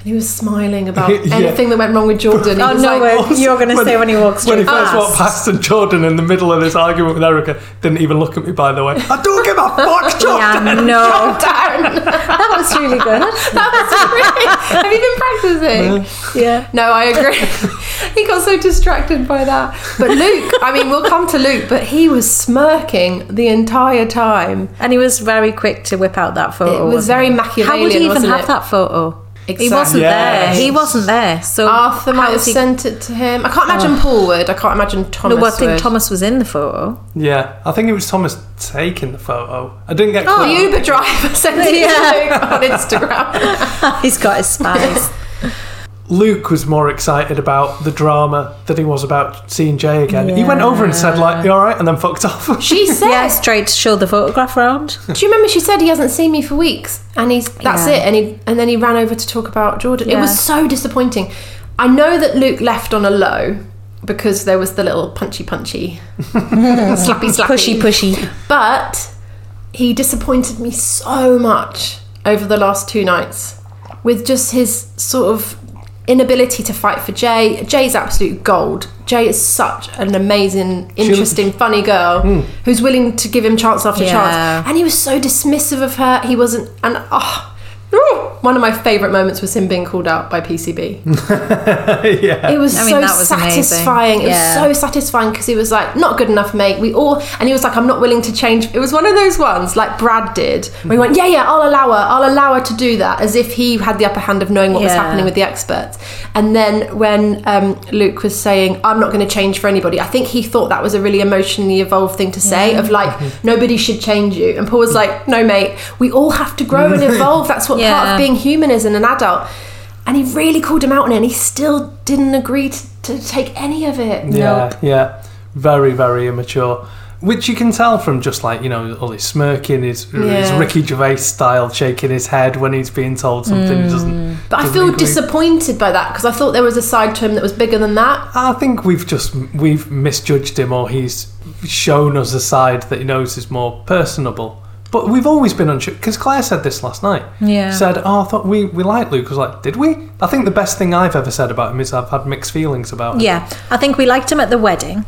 And he was smiling about Yeah. anything that went wrong with Jordan. He Oh, was no, like, way. you're going to say when he walks when through Ah. he first walked past. past and Jordan in the middle of this argument with Erica didn't even look at me. By the way, I don't give a fuck, Jordan. Yeah, no. down. That was really good. That was really. Have you been practicing? Yeah. No, I agree. he got so distracted by that. But Luke, I mean, we'll come to Luke, but he was smirking the entire time. And he was very quick to whip out that It photo. was wasn't very he? Machiavellian. How would he even wasn't have it? that photo? He Exactly. wasn't Yes. there. He wasn't there. So Arthur how might have was he- sent it to him. I can't Oh. imagine Paul would. I can't imagine No, Thomas. well, I think would. Thomas was in the photo. Yeah, I think it was Thomas taking the photo. I didn't get. Oh, The clear- Uber driver sent it to Luke on Instagram. He's got his spies. Luke was more excited about the drama than he was about seeing Jay again. He went over and said like, "You all right?" and then fucked off. She said, yeah, straight to show the photograph round. "Do you remember?" She said he hasn't seen me for weeks, and he's that's Yeah. it. And he and then he ran over to talk about Jordan. It Yeah. was so disappointing. I know that Luke left on a low because there was the little punchy punchy, slappy slappy, Pushy, pushy. But he disappointed me so much over the last two nights with just his sort of inability to fight for Jay. Jay's absolute gold. Jay is such an amazing, interesting, funny girl who's willing to give him chance after Yeah. chance. And he was so dismissive of her. He wasn't, and oh, oh, one of my favourite moments was him being called out by PCB. It was I mean, so that was amazing. satisfying. It Yeah. was so satisfying because he was like, "Not good enough, mate." We all, and he was like, "I'm not willing to change." It was one of those ones like Brad did, where he went, "Yeah, yeah, I'll allow her. I'll allow her to do that," as if he had the upper hand of knowing what was Yeah. happening with the experts. And then when um, Luke was saying, "I'm not going to change for anybody," I think he thought that was a really emotionally evolved thing to say, of like, "Nobody should change you." And Paul was like, "No, mate. We all have to grow and evolve. That's what part Yeah. of being human is and an adult." And he really called him out on it, and he still didn't agree to, to take any of it. Yeah, yeah. Very, very immature. Which you can tell from just like, you know, all his smirking, his, his Yeah. Ricky Gervais style, shaking his head when he's being told something he doesn't. But I doesn't feel agree. disappointed by that because I thought there was a side to him that was bigger than that. I think we've just we've misjudged him, or he's shown us a side that he knows is more personable. But we've always been unsure because Claire said this last night. Yeah. said, "Oh, I thought we we liked Luke." I was like, "Did we?" I think the best thing I've ever said about him is I've had mixed feelings about him. Yeah, I think we liked him at the wedding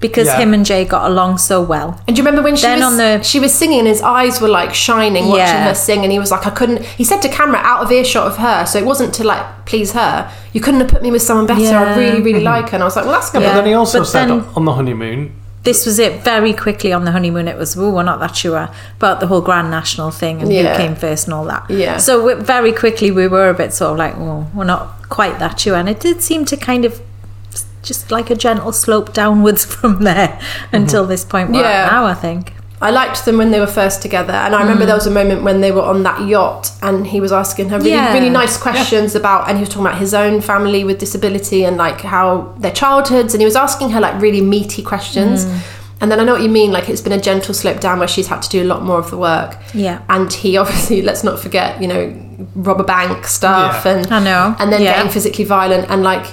because Yeah. him and Jay got along so well. And do you remember when she Then was on the- she was singing, and his eyes were like shining watching Yeah. her sing, and he was like, I couldn't. He said to camera, out of earshot of her, so it wasn't to like please her. You couldn't have put me with someone better. I Yeah. Mm-hmm. really, really like her. And I was like, well, that's good. But Yeah. then he also But said then- on the honeymoon, This was it very quickly on the honeymoon. It was, oh, we're not that sure about the whole Grand National thing and Yeah. who came first and all that. Yeah. So we, very quickly we were a bit sort of like, oh, we're not quite that sure. And it did seem to kind of s- just like a gentle slope downwards from there until this point we're Yeah. at now, I think. I liked them when they were first together, and I Mm. remember there was a moment when they were on that yacht, and he was asking her really, Yeah. really nice questions about, and he was talking about his own family with disability and like how their childhoods, and he was asking her like really meaty Mm. questions. And then I know what you mean, like it's been a gentle slope down where she's had to do a lot more of the work. Yeah. And he obviously, let's not forget, you know, rob a bank stuff Yeah. and I know. and then Yeah. getting physically violent and like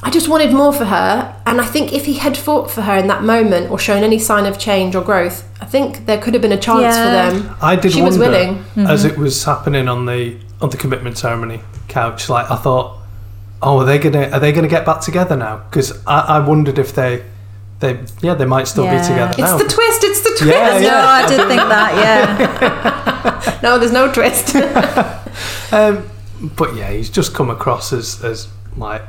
I just wanted more for her and I think if he had fought for her in that moment or shown any sign of change or growth, I think there could have been a chance Yeah. for them. I did She was wonder willing. as Mm-hmm. it was happening on the on the commitment ceremony couch. Like I thought, oh, are they gonna are they gonna get back together now? Because I, I wondered if they they yeah they might still Yeah. be together It's now. It's the twist, it's the twist. Yeah, No, I did think that. Yeah, No, there's no twist. Um, but yeah, he's just come across as, as like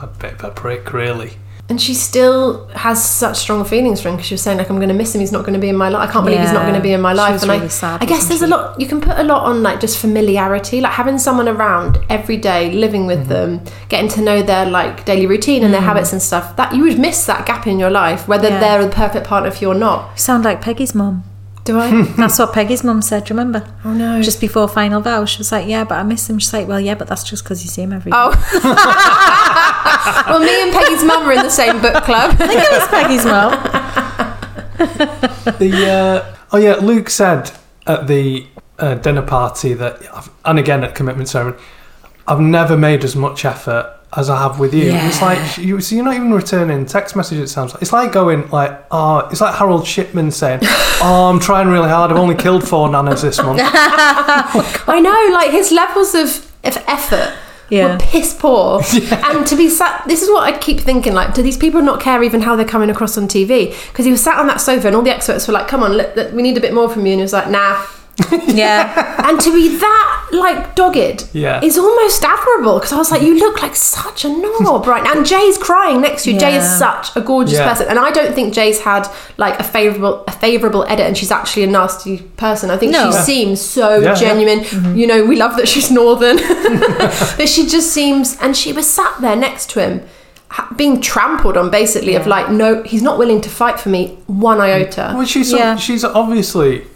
a bit of a prick, really. and she still has such strong feelings for him because she was saying like I'm going to miss him. He's not going to be in my life. I can't believe he's not Yeah. going to be in my She life. was and I, really sad, I guess wasn't there's a she? lot you can put a lot on like just familiarity, like having someone around every day, living with Mm-hmm. them, getting to know their like daily routine and their habits and stuff. That you would miss that gap in your life, whether Mm. Yeah. they're the perfect partner for you or not. you sound like Peggy's mum. Do I? That's what Peggy's mum said. Remember? oh no. Just before final vow, she was like, "Yeah, but I miss him." She's like, "Well, yeah, but that's just because you see him every." day." Oh. well, me and Peggy's mum were in the same book club. I think it was Peggy's mum. The uh, oh yeah, Luke said at the uh, dinner party that, and again at commitment ceremony, I've never made as much effort as I have with you. It's like you, so you're not even returning text messages. It sounds like it's like going like oh, it's like Harold Shipman saying, oh, I'm trying really hard. I've only killed four nanas this month. I know, like his levels of, of effort Yeah. were piss poor. And to be sat, this is what I keep thinking like, do these people not care even how they're coming across on TV? Because he was sat on that sofa and all the experts were like, come on, look, look, we need a bit more from you. And he was like, nah. Yeah, And to be that like dogged Yeah. is almost admirable because I was like, you look like such a knob right now. And Jay's crying next to you. Jay is Yeah. such a gorgeous Yeah. person, and I don't think Jay's had like a favorable a favorable edit, and she's actually a nasty person. I think No. Mm-hmm. she Yeah. seems so Yeah, yeah. genuine. You know, we love that she's northern, but she just seems. And she was sat there next to him. ha- Being trampled on, basically, of like, no, he's not willing to fight for me one iota. Well, she's Yeah. she's obviously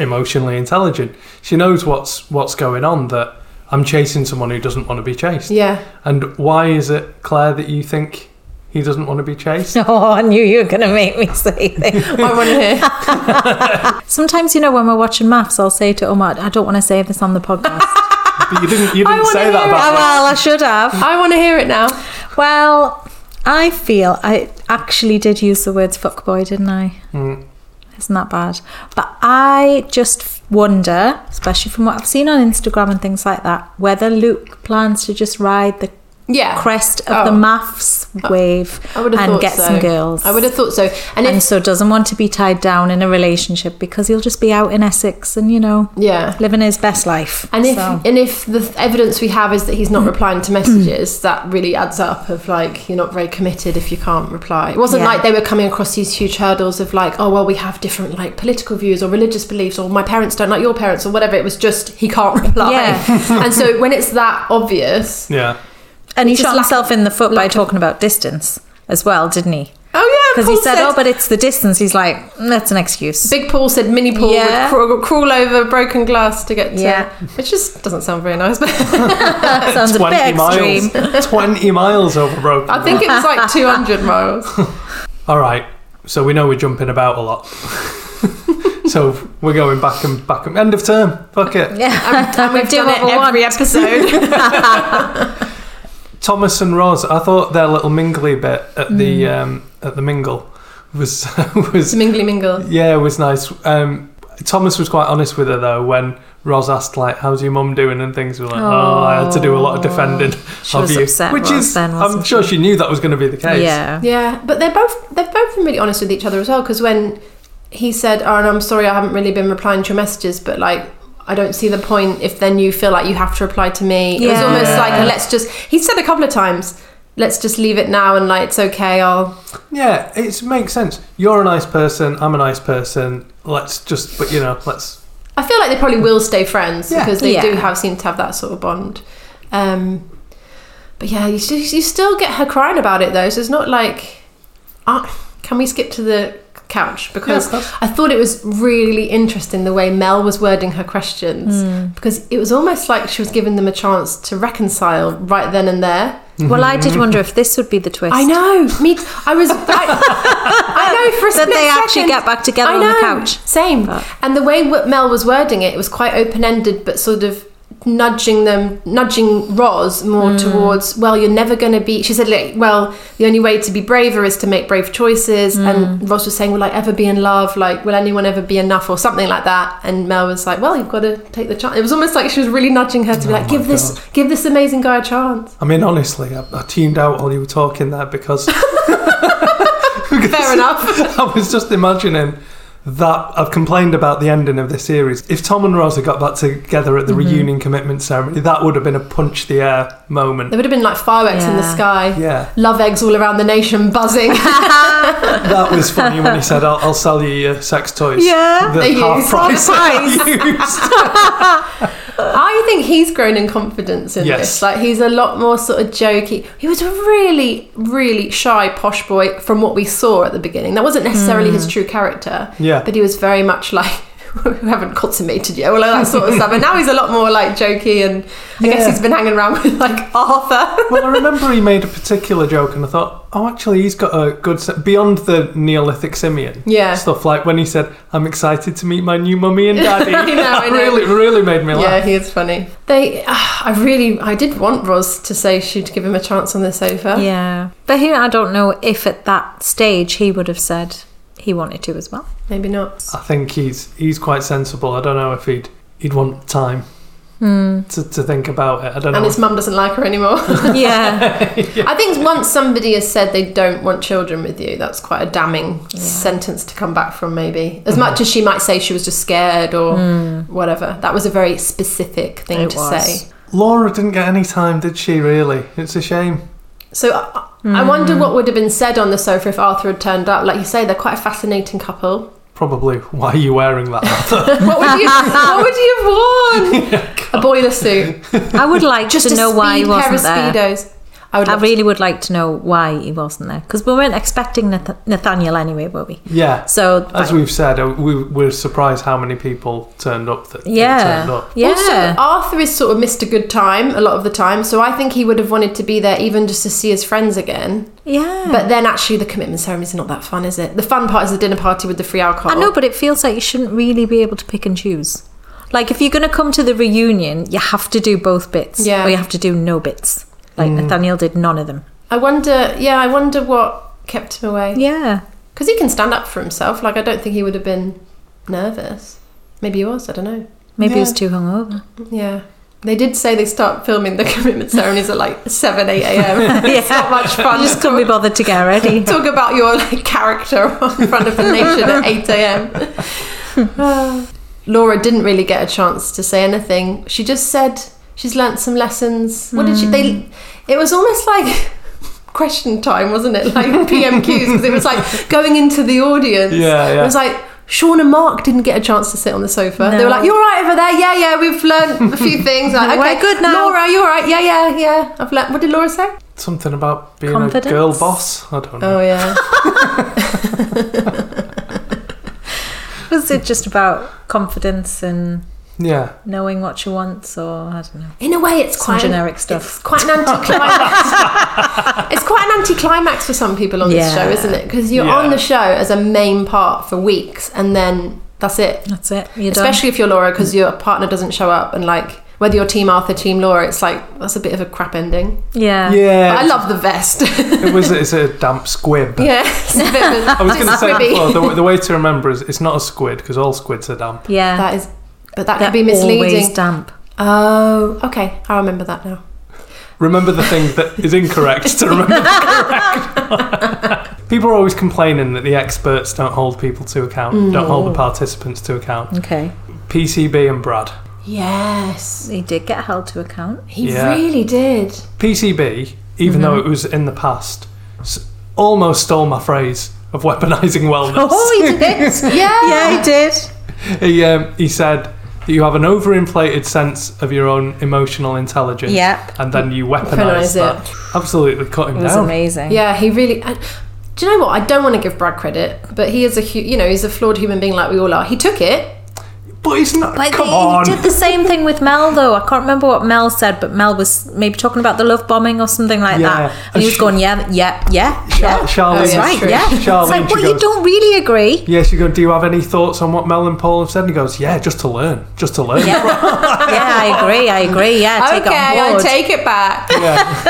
emotionally intelligent. She knows what's what's going on. That I'm chasing someone who doesn't want to be chased. Yeah. And why is it, Claire, that you think he doesn't want to be chased? oh, I knew you were going to make me say this. I want to hear. Sometimes, you know, when we're watching maths, I'll say to Omar, I don't want to say this on the podcast. Ah, But you didn't. You I didn't wanna say that hear about. it. me. well, I should have. I want to hear it now. Well, I feel I actually did use the words fuckboy, didn't I? Isn't that bad? But I just wonder, especially from what I've seen on Instagram and things like that, whether Luke plans to just ride the Yeah. crest of the Oh. maths wave I would have and thought get so. some girls. I would have thought so. And and if so doesn't want to be tied down in a relationship because he'll just be out in Essex and you know yeah, living his best life. and if So- and if the th- evidence we have is that he's not Mm. replying to messages, that really adds up. Of like, you're not very committed if you can't reply. It wasn't Yeah. like they were coming across these huge hurdles of like, oh well, we have different like political views or religious beliefs or my parents don't like your parents or whatever. It was just he can't reply. Yeah. and so when it's that obvious, Yeah. and he Just shot lack- himself in the foot by talking about distance as well, didn't he? oh yeah, Because he Paul said, "Oh, but it's the distance." He's like, "Mm, "That's an excuse." Big Paul said mini Paul Yeah. would crawl, crawl over broken glass to get to, Yeah. which just doesn't sound very nice. But that sounds a Twenty bit extreme. miles. Twenty miles over broken. I think it was like 200 miles. All right. So we know we're jumping about a lot. so we're going back and back and end of term. Fuck it. and we've Do done it what we want. every episode. Thomas and Roz. I thought their little mingly bit at the Mm. um, at the mingle was was it's mingly mingle. Yeah, it was nice. Um, Thomas was quite honest with her though when Ros asked like, "How's your mum doing?" and things were like, "Oh, I had to do a lot of defending She of was you," upset, which Ros, is then, I'm wasn't sure she knew that was going to be the case. Yeah, Yeah, but they're both they've both been really honest with each other as well. Because when he said, "Oh, and I'm sorry, I haven't really been replying to your messages," but like. I don't see the point if then you feel like you have to reply to me. It was Yeah. almost like let's just. He said a couple of times, "Let's just leave it now and like it's okay." I'll. yeah, it makes sense. You're a nice person. I'm a nice person. Let's just, but you know, let's. I feel like they probably will stay friends because they Yeah. do have seem to have that sort of bond. Um, but yeah, you, st- you still get her crying about it though, so it's not like. Ah, can we skip to the couch because Yeah, of course. I thought it was really interesting the way Mel was wording her questions because it was almost like she was giving them a chance to reconcile right then and there. Mm-hmm. Well, I did wonder if this would be the twist. I know. Me. t- I was. I, I know for a That split they actually second- get back together I on the know, couch. Same. But- And the way what Mel was wording it, it was quite open ended, but sort of nudging them, nudging Roz more Mm. towards. Well, you're never going to be. She said, like, well, the only way to be braver is to make brave choices. Mm. And Roz was saying, will I ever be in love? Like, will anyone ever be enough, or something like that? And Mel was like, well, you've got to take the chance. It was almost like she was really nudging her to Oh be like, give this, give this amazing guy a chance. I mean, honestly, I, I tuned out while you were talking there because Fair enough. I was just imagining that I've complained about the ending of this series. If Tom and Rosa got back together at the reunion commitment ceremony, that would have been a punch the air moment. There would have been like fireworks in the Yeah. sky. Yeah. Love eggs all around the nation buzzing. That was funny when he said, I'll, I'll sell you your sex toys. Yeah. The They half used. price. Half used. I think he's grown in confidence in Yes. this. Like he's a lot more sort of jokey. He was a really, really shy posh boy from what we saw at the beginning. That wasn't necessarily his true character. Hmm. Yeah. But he was very much like we haven't consummated yet, all that sort of stuff. And now he's a lot more like jokey and I guess Yeah. he's been hanging around with like Arthur. well, I remember he made a particular joke, and I thought, oh, actually, he's got a good se- beyond the Neolithic simian Yeah. stuff. Like when he said, "I'm excited to meet my new mummy and daddy." I know, that I know. really, really made me Yeah, laugh. he is funny. They, ah, I really, I did want Roz to say she'd give him a chance on the sofa. Yeah. But he, I don't know if at that stage he would have said he wanted to as well. Maybe not. I think he's he's quite sensible. I don't know if he'd he'd want time to, to think about it. I don't Hmm. And know. his mum doesn't like her anymore. Yeah. I think once somebody has said they don't want children with you, that's quite a damning sentence to come back from, maybe. Mm-hmm. As much as she might say she was just scared or whatever, that was a very specific thing Hmm. It to was. say. Laura didn't get any time, did she? Really, it's a shame. So I, Hmm. I wonder what would have been said on the sofa if Arthur had turned up. Like you say, they're quite a fascinating couple. Probably. Why are you wearing that? Arthur? What would you, what would you have worn? a boiler suit. I would like Just to a know why he speed pair of wasn't there. speedos. I would I love to- really would like to know why he wasn't there because we weren't expecting Nath- Nathaniel anyway, were we? yeah. So As we've said, uh, we were surprised how many people turned up. That that turned yeah, up. yeah, Also, Arthur is sort of Mr. Good Time a lot of the time, so I think he would have wanted to be there even just to see his friends again. yeah. But then actually, the commitment ceremony is not that fun, is it? The fun part is the dinner party with the free alcohol. I know, but it feels like you shouldn't really be able to pick and choose. Like if you're going to come to the reunion, you have to do both bits, Yeah. or you have to do no bits. Like Nathaniel did none of them. I wonder, yeah, I wonder what kept him away. Yeah, Because he can stand up for himself. Like, I don't think he would have been nervous. Maybe he was, I don't know. maybe he was too hungover. Yeah. They did say they start filming the commitment ceremonies at like 7, 8 a.m. It's not much fun. You just couldn't be bothered to get ready. Talk about your like, character in front of the nation at 8 a.m. Laura didn't really get a chance to say anything. She just said she's learnt some lessons. What did she? They. It was almost like question time, wasn't it? Like PMQs, because it was like going into the audience. Yeah, yeah. It was like. Sean and Mark didn't get a chance to sit on the sofa. They were like, "You're right over there. Yeah, yeah. We've learned a few things. Like, We're okay, good now." Laura, you're right. Yeah, yeah, yeah. I've learned. What did Laura say? Something about being a Confidence? girl boss. I don't know. Oh yeah. Was it just about confidence and Yeah. knowing what you want, or I don't know? In a way, it's quite generic stuff. It's quite an anticlimax. it's quite an anticlimax for some people on this Yeah. show, isn't it? Because you're Yeah. on the show as a main part for weeks, and then that's it. That's it. You're done. Especially if you're Laura, because your partner doesn't show up, and like whether you're Team Arthur, Team Laura, it's like that's a bit of a crap ending. yeah, Yeah. But I love the vest. it was. It's a damp squib. yeah, it's a bit of a I was going to say squibby. before, the, the way to remember is it's not a squid because all squids are damp. yeah. that is, but that They're could be Always misleading. damp. Oh, okay, I remember that now. Remember the thing that is incorrect to remember the correct one. People are always complaining that the experts don't hold people to account, Mm. don't hold the participants to account. Okay. PCB and Brad. Yes, He did get held to account. he Yeah. really did. PCB, even Mm-hmm. though it was in the past, s- almost stole my phrase of weaponizing wellness. he did. Yeah. yeah, he did. He, um, he said that you have an overinflated sense of your own emotional intelligence. Yep. And then you Weaponise weaponize it. that. Absolutely cut him It was down. amazing. Yeah, he really. And, do you know what? I don't want to give Brad credit, but he is a hu- you know he's a flawed human being like we all are. He took it. But it's not. But come he on. did the same thing with Mel though. I can't remember what Mel said, but Mel was maybe talking about the love bombing or something like Yeah. that. And he was Sh- going, yeah, yeah, yeah, Char- yeah. Charlene- That's Oh, yeah, right, true. yeah. Charlene, it's like, she well, you goes- don't really agree. Yeah, she goes, Do you have any thoughts on what Mel and Paul have said? And he goes, Yeah, just to learn. Just to learn. Yeah, yeah I agree, I agree. Yeah, take it okay, on I board. take it back.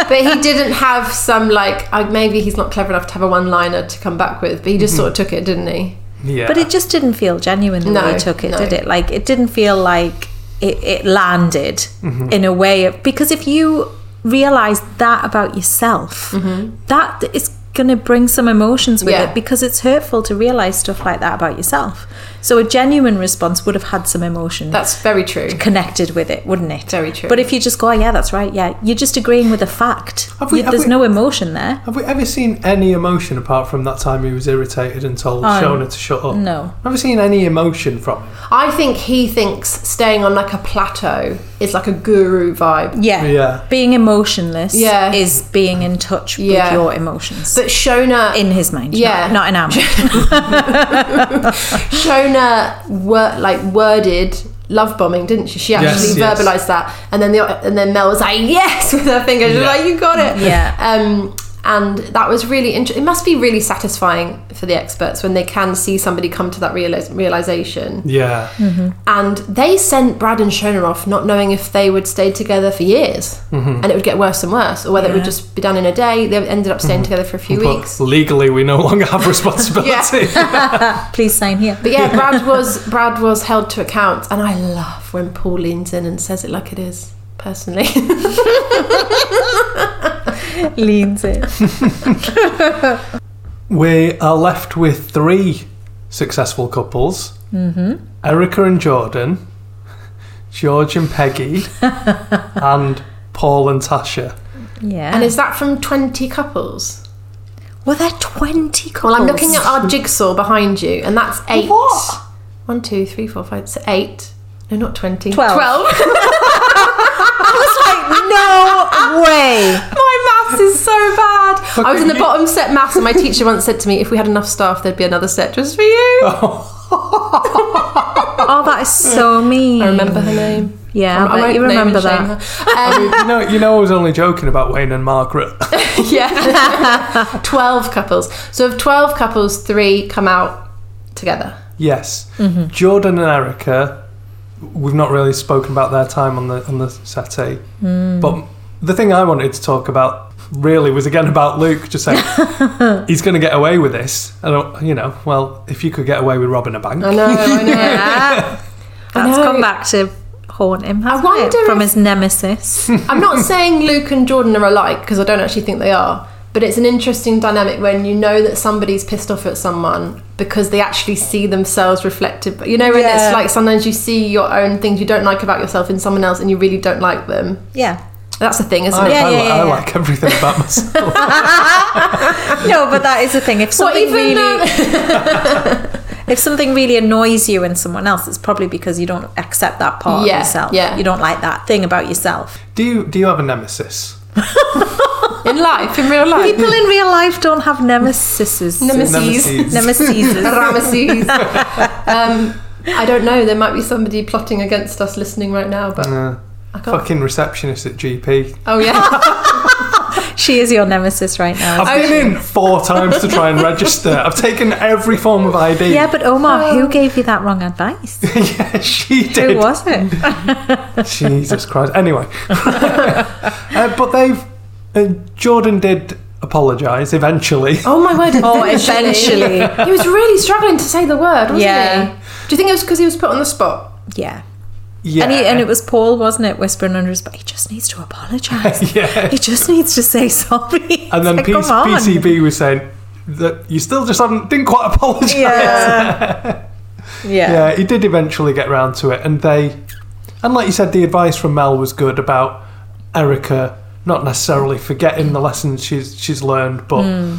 but he didn't have some like uh, maybe he's not clever enough to have a one-liner to come back with. But he just sort of took it, didn't he? Yeah. but it just didn't feel genuine the No, way he took it, no. did it? Like it didn't feel like it, it landed Mm-hmm. in a way of, because if you realize that about yourself, that is going to bring some emotions with Mm-hmm. Yeah. it because it's hurtful to realize stuff like that about yourself. So a genuine response would have had some emotion That's very true. connected with it, wouldn't it? Very true. But if you just go, oh, yeah, that's right, yeah, you're just agreeing with a fact. Have we- You- have there's we- no emotion there. Have we ever seen any emotion apart from that time he was irritated and told Um, Shona to shut up? no. Never seen any emotion from him. I think he thinks staying on like a plateau is like a guru vibe. Yeah. Yeah. Being emotionless Yeah. is being in touch Yeah. with your emotions. But Shona in his mind. Yeah. Not, not in our mind. Shona wor- like worded love bombing, didn't she? She actually Yes, yes. verbalized that, and then the and then Mel was like yes with her finger. She was Yeah. like, "You got it." Yeah. Um, and that was really interesting. It must be really satisfying for the experts when they can see somebody come to that realis- realization. Yeah. And they sent Brad and Shona off, not knowing if they would stay together for years, Mm-hmm. and it would get worse and worse, or whether it would just be done in a day. They ended up Mm-hmm. staying together for a few weeks. But legally, we no longer have responsibility. Please sign here. But yeah, Brad was Brad was held to account, and I love when Paul leans in and says it like it is. Personally, Leans it. We are left with three successful couples Erica and Jordan, George and Peggy, and Paul and Tasha. Yeah. and is that from Twenty Couples? Were there 20 couples? Well, I'm looking at our jigsaw behind you, and that's eight. What? One, two, three, four, five, six, eight. No, not twenty. Twelve. Twelve. No way. my maths is so bad. I was in the bottom set maths, and my teacher once said to me, "If we had enough staff, there'd be another set just for you." Oh, that is so mean. I remember her name. Yeah, I, I bet won't you name remember and shame that. her. you, Um, know, you know, I was only joking about Wayne and Margaret. Yeah. 12 couples. So of 12 couples, three come out together. yes. Jordan and Erica, we've not really spoken about their time on the, on the settee. But the thing I wanted to talk about really was again about Luke just saying he's going to get away with this. And, uh, you know, well, if you could get away with robbing a bank. I know, I know. Yeah. That's know. come back to haunt him, hasn't wonder it? From if- his nemesis. I'm not saying Luke and Jordan are alike because I don't actually think they are. But it's an interesting dynamic when you know that somebody's pissed off at someone because they actually see themselves reflected. You know, when Yeah. it's like sometimes you see your own things you don't like about yourself in someone else and you really don't like them. yeah. That's the thing, isn't I, it? Yeah, I, yeah, li- yeah, I yeah. like everything about myself. No, but that is the thing. If What, something even, um, really, if something really annoys you in someone else, it's probably because you don't accept that part Yeah, of yourself. yeah. You don't like that thing about yourself. do you do you have a nemesis? In life, in real life. People in real life don't have nemesises. Nemeses. Nemeses. Ramesses. um, I don't know. There might be somebody plotting against us listening right now, but Uh, I can't. fucking receptionist at GP. Oh yeah, she is your nemesis right now. I've been in four times to try and register. I've taken every form of ID. Yeah, but Omar, Um, who gave you that wrong advice? Yeah, she did. Who was it? Jesus Christ. Anyway, uh, but they've uh, Jordan did apologise eventually. Oh my word! Oh, eventually. he was really struggling to say the word, wasn't Yeah. he? Do you think it was because he was put on the spot? Yeah. Yeah, And, he, and it was Paul, wasn't it, whispering under his breath, he just needs to apologise. Yeah. He just needs to say sorry. And then It's P- like, come on. PCB was saying that you still just haven't didn't quite apologise. Yeah. yeah. Yeah, he did eventually get round to it, and they, and like you said, the advice from Mel was good about Erica not necessarily forgetting the lessons she's she's learned, but Hmm.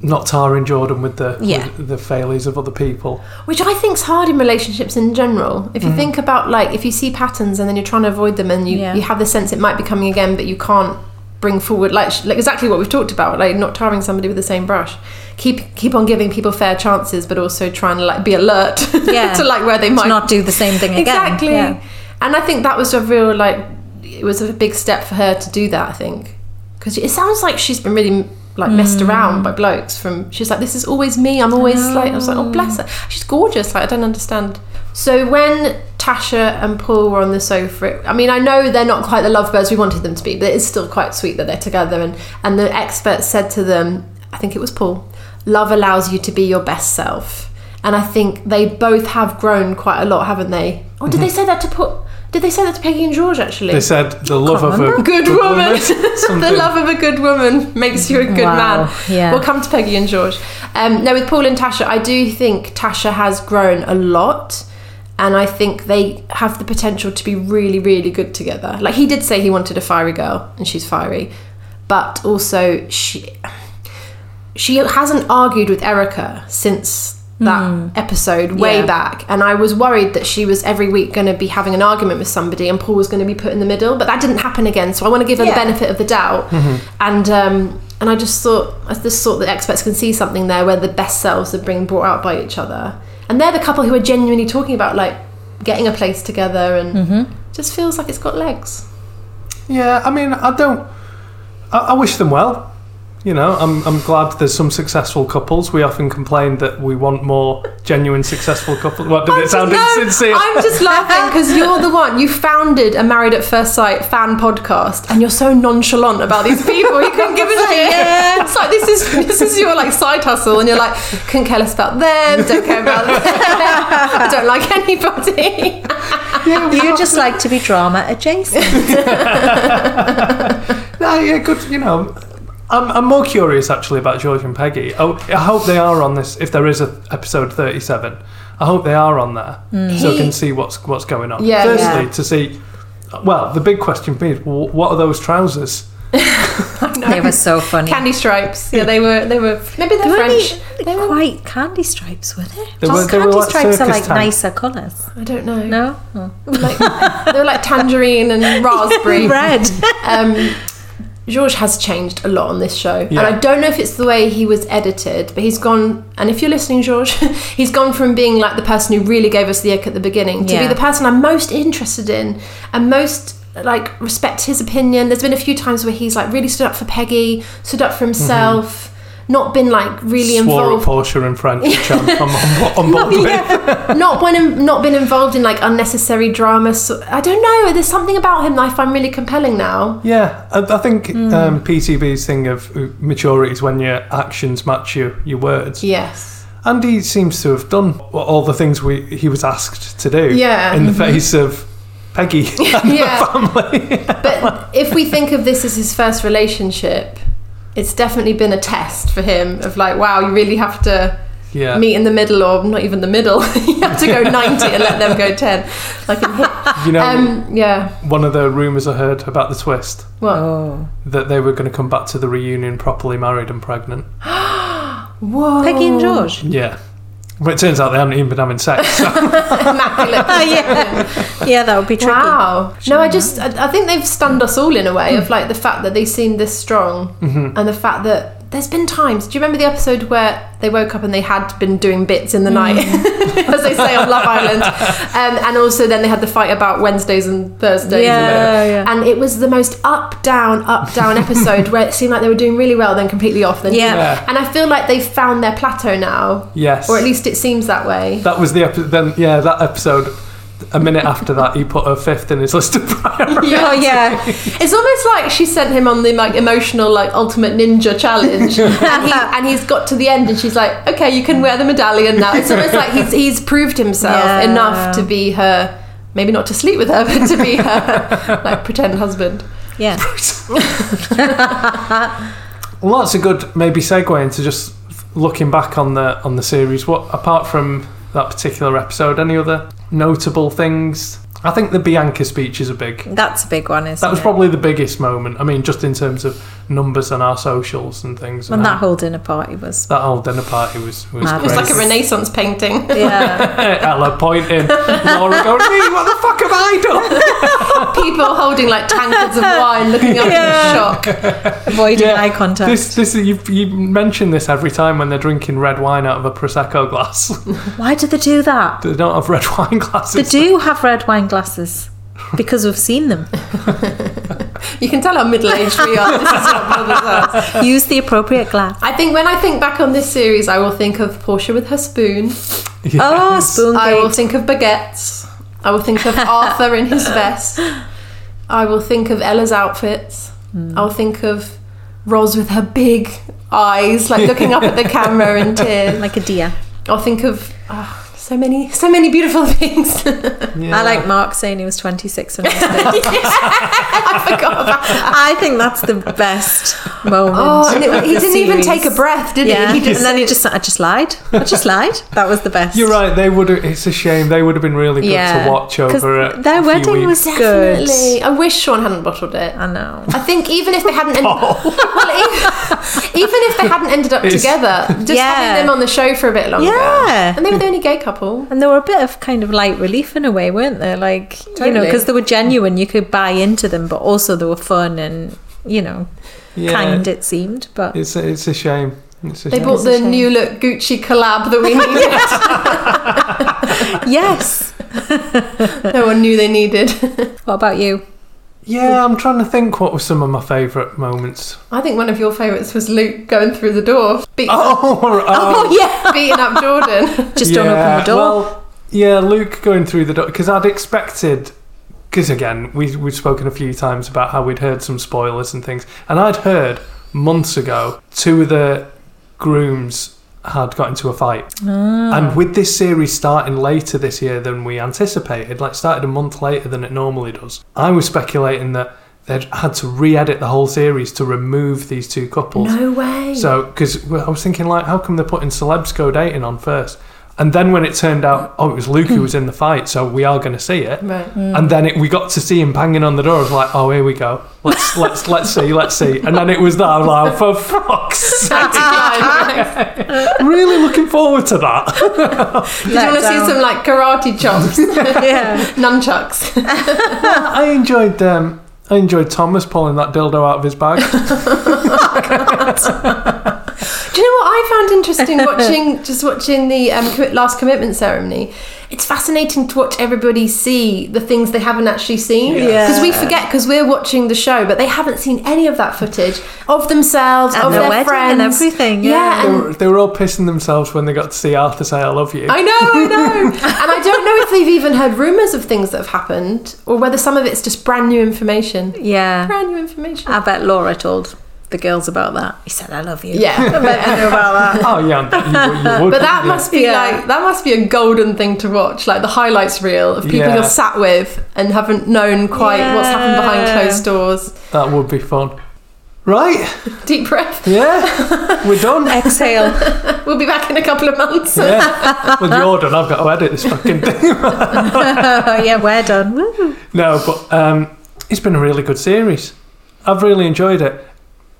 not tarring Jordan with the Yeah. with the failures of other people. Which I think's hard in relationships in general. If you think about like if you see patterns and then you're trying to avoid them and you, Mm. Yeah. you have the sense it might be coming again, but you can't bring forward like, sh- like exactly what we've talked about, like not tarring somebody with the same brush. Keep keep on giving people fair chances, but also trying to like be alert Yeah. to like where they To might not do the same thing again. Exactly. Yeah. And I think that was a real like it was a big step for her to do that. I think because it sounds like she's been really like messed Mm. around by blokes. From she's like, this is always me. I'm always like, I was like, oh bless her. She's gorgeous. Like I don't understand. So when Tasha and Paul were on the sofa, it, I mean, I know they're not quite the lovebirds we wanted them to be, but it is still quite sweet that they're together. And and the expert said to them, I think it was Paul, love allows you to be your best self. And I think they both have grown quite a lot, haven't they? Or did they say that to Paul? Did they say that to Peggy and George actually? Mm-hmm. They said the love of a good woman. the something. love of a good woman makes you a good Wow, man. yeah. We'll come to Peggy and George. Um, no, with Paul and Tasha, I do think Tasha has grown a lot. And I think they have the potential to be really, really good together. Like he did say he wanted a fiery girl, and she's fiery. But also she she hasn't argued with Erica since that episode way Yeah. back and I was worried that she was every week going to be having an argument with somebody and Paul was going to be put in the middle but that didn't happen again so I want to give her Yeah. the benefit of the doubt and um, and I just thought I just thought that experts can see something there where the best selves are being brought out by each other and they're the couple who are genuinely talking about like getting a place together and just feels like it's got legs Yeah, I mean, I don't. I, I wish them well. You know, I'm, I'm glad there's some successful couples. We often complain that we want more genuine successful couples. What did it sound No, insincere? I'm just laughing because you're the one. You founded a Married at First Sight fan podcast, and you're so nonchalant about these people. You couldn't give a shit. It's like this is this is your like side hustle, and you're like, couldn't care less about them. Don't care about them. I don't like anybody. You just like to be drama adjacent. No, yeah, good. You know, I'm, I'm more curious actually about George and Peggy. Oh, I hope they are on this. If there is a episode 37, I hope they are on there so I can see what's what's going on. Mm. Yeah, Firstly, to see. Well, the big question for me is wh- what are those trousers? they were so funny. Candy stripes. Yeah, they were. They were. Maybe they're They were French. only quite candy stripes, were they? They were- they were candy like stripes are circus like type. nicer colours. I don't know. No? Like, they were like tangerine and raspberry. Red. um, George has changed a lot on this show, and Yeah. I don't know if it's the way he was edited, but he's gone. And if you're listening, George, he's gone from being like the person who really gave us the ick at the beginning to Yeah. be the person I'm most interested in and most like respect his opinion. There's been a few times where he's like really stood up for Peggy, stood up for himself, not been like really Mm-hmm. Swore at involved. Porsche and French, which I'm, I'm on, on board with. not when not been involved in like unnecessary drama. So, I don't know. There's something about him that I find really compelling now. Yeah, I, I think Mm. um, PTB's thing of uh, maturity is when your actions match your, your words. Yes. Andy seems to have done all the things we he was asked to do. Yeah. Mm-hmm. in the face of Peggy and Yeah. the family. But if we think of this as his first relationship, it's definitely been a test for him of like, wow, you really have to yeah, meet in the middle, or not even the middle. you have to go 90 and let them go 10. Like, a hit. you know, um, yeah. one of the rumours I heard about the twist Oh. What? that they were going to come back to the reunion properly married and pregnant. Whoa. Peggy and George. Yeah, but it turns out they haven't even been having sex. so- Immaculate. Oh, yeah. yeah, that would be tricky. Wow. No, I just, I, I think they've stunned us all in a way of like the fact that they seem this strong Mm-hmm. and the fact that there's been times. Do you remember the episode where they woke up and they had been doing bits in the night, Mm. as they say on Love Island? Um, and also then they had the fight about Wednesdays and Thursdays. and, Yeah, whatever. yeah. and it was the most up, down, up, down episode where it seemed like they were doing really well, then completely off. Then Yeah. Yeah. And I feel like they've found their plateau now, yes, or at least it seems that way. that was the episode. Then yeah, that episode. A minute after that, he put her fifth in his list of priorities. Oh, yeah. It's almost like she sent him on the like emotional like ultimate ninja challenge, and, he, and he's got to the end, and she's like, "Okay, you can wear the medallion now." It's almost like he's he's proved himself Yeah. enough to be her, maybe not to sleep with her, but to be her like pretend husband. Yeah. Lots of good maybe segue into just looking back on the on the series. What apart from that particular episode, any other notable things? I think the Bianca speech is a big. That's a big one, isn't That was it? probably the biggest moment. I mean, just in terms of numbers on our socials and things. When and that whole dinner party was. that whole dinner party was was Mad. great. It was like a Renaissance painting. Yeah. Ella pointing, Laura going, "Me, what the fuck have I done?" People holding like tankards of wine, looking up Yeah. in shock. Avoiding eye contact. This, this, you, you mention this every time when they're drinking red wine out of a prosecco glass. Why do they do that? they don't have red wine They glasses. do have red wine glasses because we've seen them. You can tell how middle aged we are. This is not Brothers Us. Use the appropriate glass. I think when I think back on this series, I will think of Portia with her spoon. Oh, spoon I will cake. think of baguettes. I will think of Arthur in his vest. I will think of Ella's outfits. Hmm. I'll think of Ros with her big eyes, like looking up at the camera in tears. Like a deer. I'll think of oh, So many, so many beautiful things. Yeah. I like Mark saying he was 26 when he was eight. I forgot about I think that's the best moment. Oh, and it- he of the didn't even series. take a breath, did he? yeah. He just- and then he just, I just lied. I just lied. That was the best. You're right. They would. have It's a shame. They would have been really good Yeah. to watch 'Cause over. A, their a few wedding weeks. was Definitely. good. I wish Sean hadn't bottled it. I know. I think even if they hadn't, en- well, even, even if they hadn't ended up Oh. It's- together, just Yeah. having them on the show for a bit longer. Yeah. and they were the only gay couple. And there were a bit of kind of light relief in a way, weren't there? Like, you know, Totally. because they were genuine, you could buy into them, but also they were fun and, you know, Yeah. kind, it seemed. But It's a, it's a shame. It's a They shame. bought the new look Gucci collab that we needed. yes. no one knew they needed. What about you? yeah, I'm trying to think what were some of my favourite moments. I think one of your favourites was Luke going through the door, beat, Oh, oh, yeah. beating up Jordan. Just don't open the door. Well, yeah, Luke going through the door because I'd expected. Because again, we we've spoken a few times about how we'd heard some spoilers and things, and I'd heard months ago two of the grooms had got into a fight, Ah. and with this series starting later this year than we anticipated, like started a month later than it normally does, I was speculating that they'd had to re-edit the whole series to remove these two couples. No way. So, because I was thinking, like, how come they're putting celebs go dating on first? And then when it turned out, oh, it was Luke who was in the fight, so we are going to see it. Right. And then it, we got to see him banging on the door. I was like, oh, here we go. Let's let's let's see, let's see. And then it was that. I was like, for fuck's sake, really looking forward to that. Did you want to see some like karate chops, Yeah. nunchucks? I enjoyed um, I enjoyed Thomas pulling that dildo out of his bag. Do you know what I found interesting watching just watching the um, commi- last commitment ceremony? It's fascinating to watch everybody see the things they haven't actually seen Yeah. because we forget because we're watching the show, but they haven't seen any of that footage of themselves, At of the their wedding friends, and everything, yeah. they, and were, they were all pissing themselves when they got to see Arthur say, "I love you." I know, I know. and I don't know if they've even heard rumours of things that have happened or whether some of it's just brand new information. Yeah. Brand new information. I bet Laura told the girls about that. He said, I love you. Yeah. I bet they know about that. oh yeah, you, you would. But that yeah. must be Yeah. like that must be a golden thing to watch, like the highlights reel of people Yeah. you're sat with and haven't known quite what's happened behind Yeah. closed doors. that would be fun, right? Deep breath. Yeah, we're done. Exhale. We'll be back in a couple of months. Yeah. Well, you're done. I've got to edit this fucking thing. Oh, yeah, we're done. Woo. No, but um, it's been a really good series. I've really enjoyed it.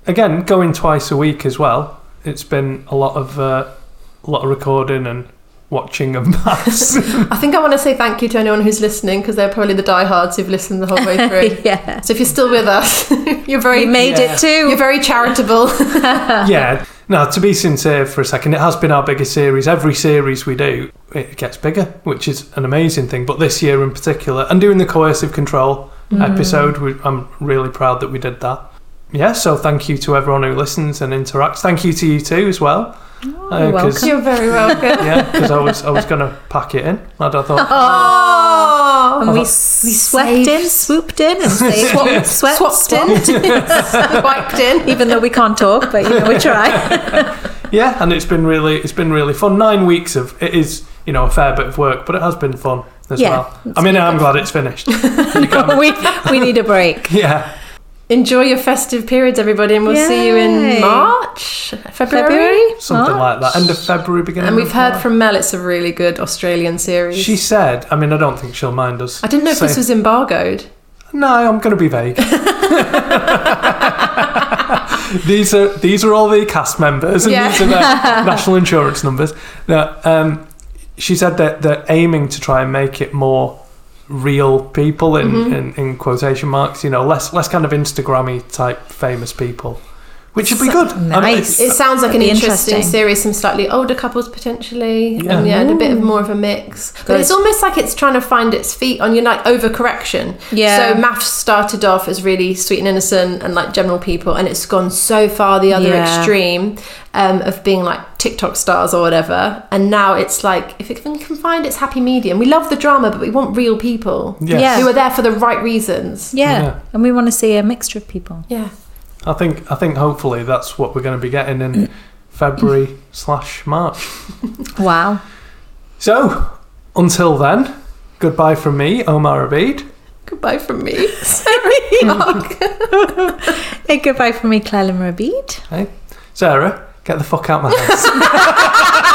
Again, going twice a week as well. It's been a lot of uh, a lot of recording and watching and maths. I think I want to say thank you to anyone who's listening because they're probably the diehards who've listened the whole way through. Yeah. So if you're still with us, you're very We made Yeah. it too. you're very charitable. yeah. Now, to be sincere for a second, it has been our biggest series. Every series we do, it gets bigger, which is an amazing thing. But this year in particular, and doing the coercive control episode, we, I'm really proud that we did that. Yeah, so thank you to everyone who listens and interacts. Thank you to you too as well. Uh, you're 'cause- you're very welcome. yeah, because I was I was gonna pack it in. And I thought, Oh, and we, we saved- swept in, swooped in, and saved, Swapped- swept, swapped in. wiped in. Even though we can't talk, but you know we try. yeah, and it's been really it's been really fun. Nine weeks of it is you know a fair bit of work, but it has been fun as Yeah, well. I mean, I'm glad it's finished. You can't- we we need a break. yeah. Enjoy your festive periods, everybody, and we'll see you in Yay. March, February. February? something March? like that. End of February, beginning. And we've of heard March. from Mel it's a really good Australian series. She said, I mean, I don't think she'll mind us. I didn't know if this saying- was embargoed. No, I'm going to be vague. these are these are all the cast members, and Yeah. these are their national insurance numbers. No, um, she said that they're aiming to try and make it more real people in, Mm-hmm. in, in quotation marks. You know, less less kind of Instagrammy type famous people, which would be good. I mean, Nice. It sounds like an Be interesting, interesting. series, some slightly older couples potentially, Yeah. and yeah, and a bit of more of a mix. But Good. it's almost like it's trying to find its feet on your like overcorrection. Yeah. So maths started off as really sweet and innocent and like general people, and it's gone so far the other Yeah. extreme um, of being like TikTok stars or whatever. And now it's like if it can can find its happy medium, we love the drama, but we want real people Yes. Yeah. who are there for the right reasons. Yeah. Yeah. and we want to see a mixture of people. Yeah. I think I think hopefully that's what we're going to be getting in February slash March. Wow. So Until then, goodbye from me, Omar Abid. Goodbye from me. Hey, goodbye from me, Claire Rabid. Hey, Sarah, get the fuck out my house.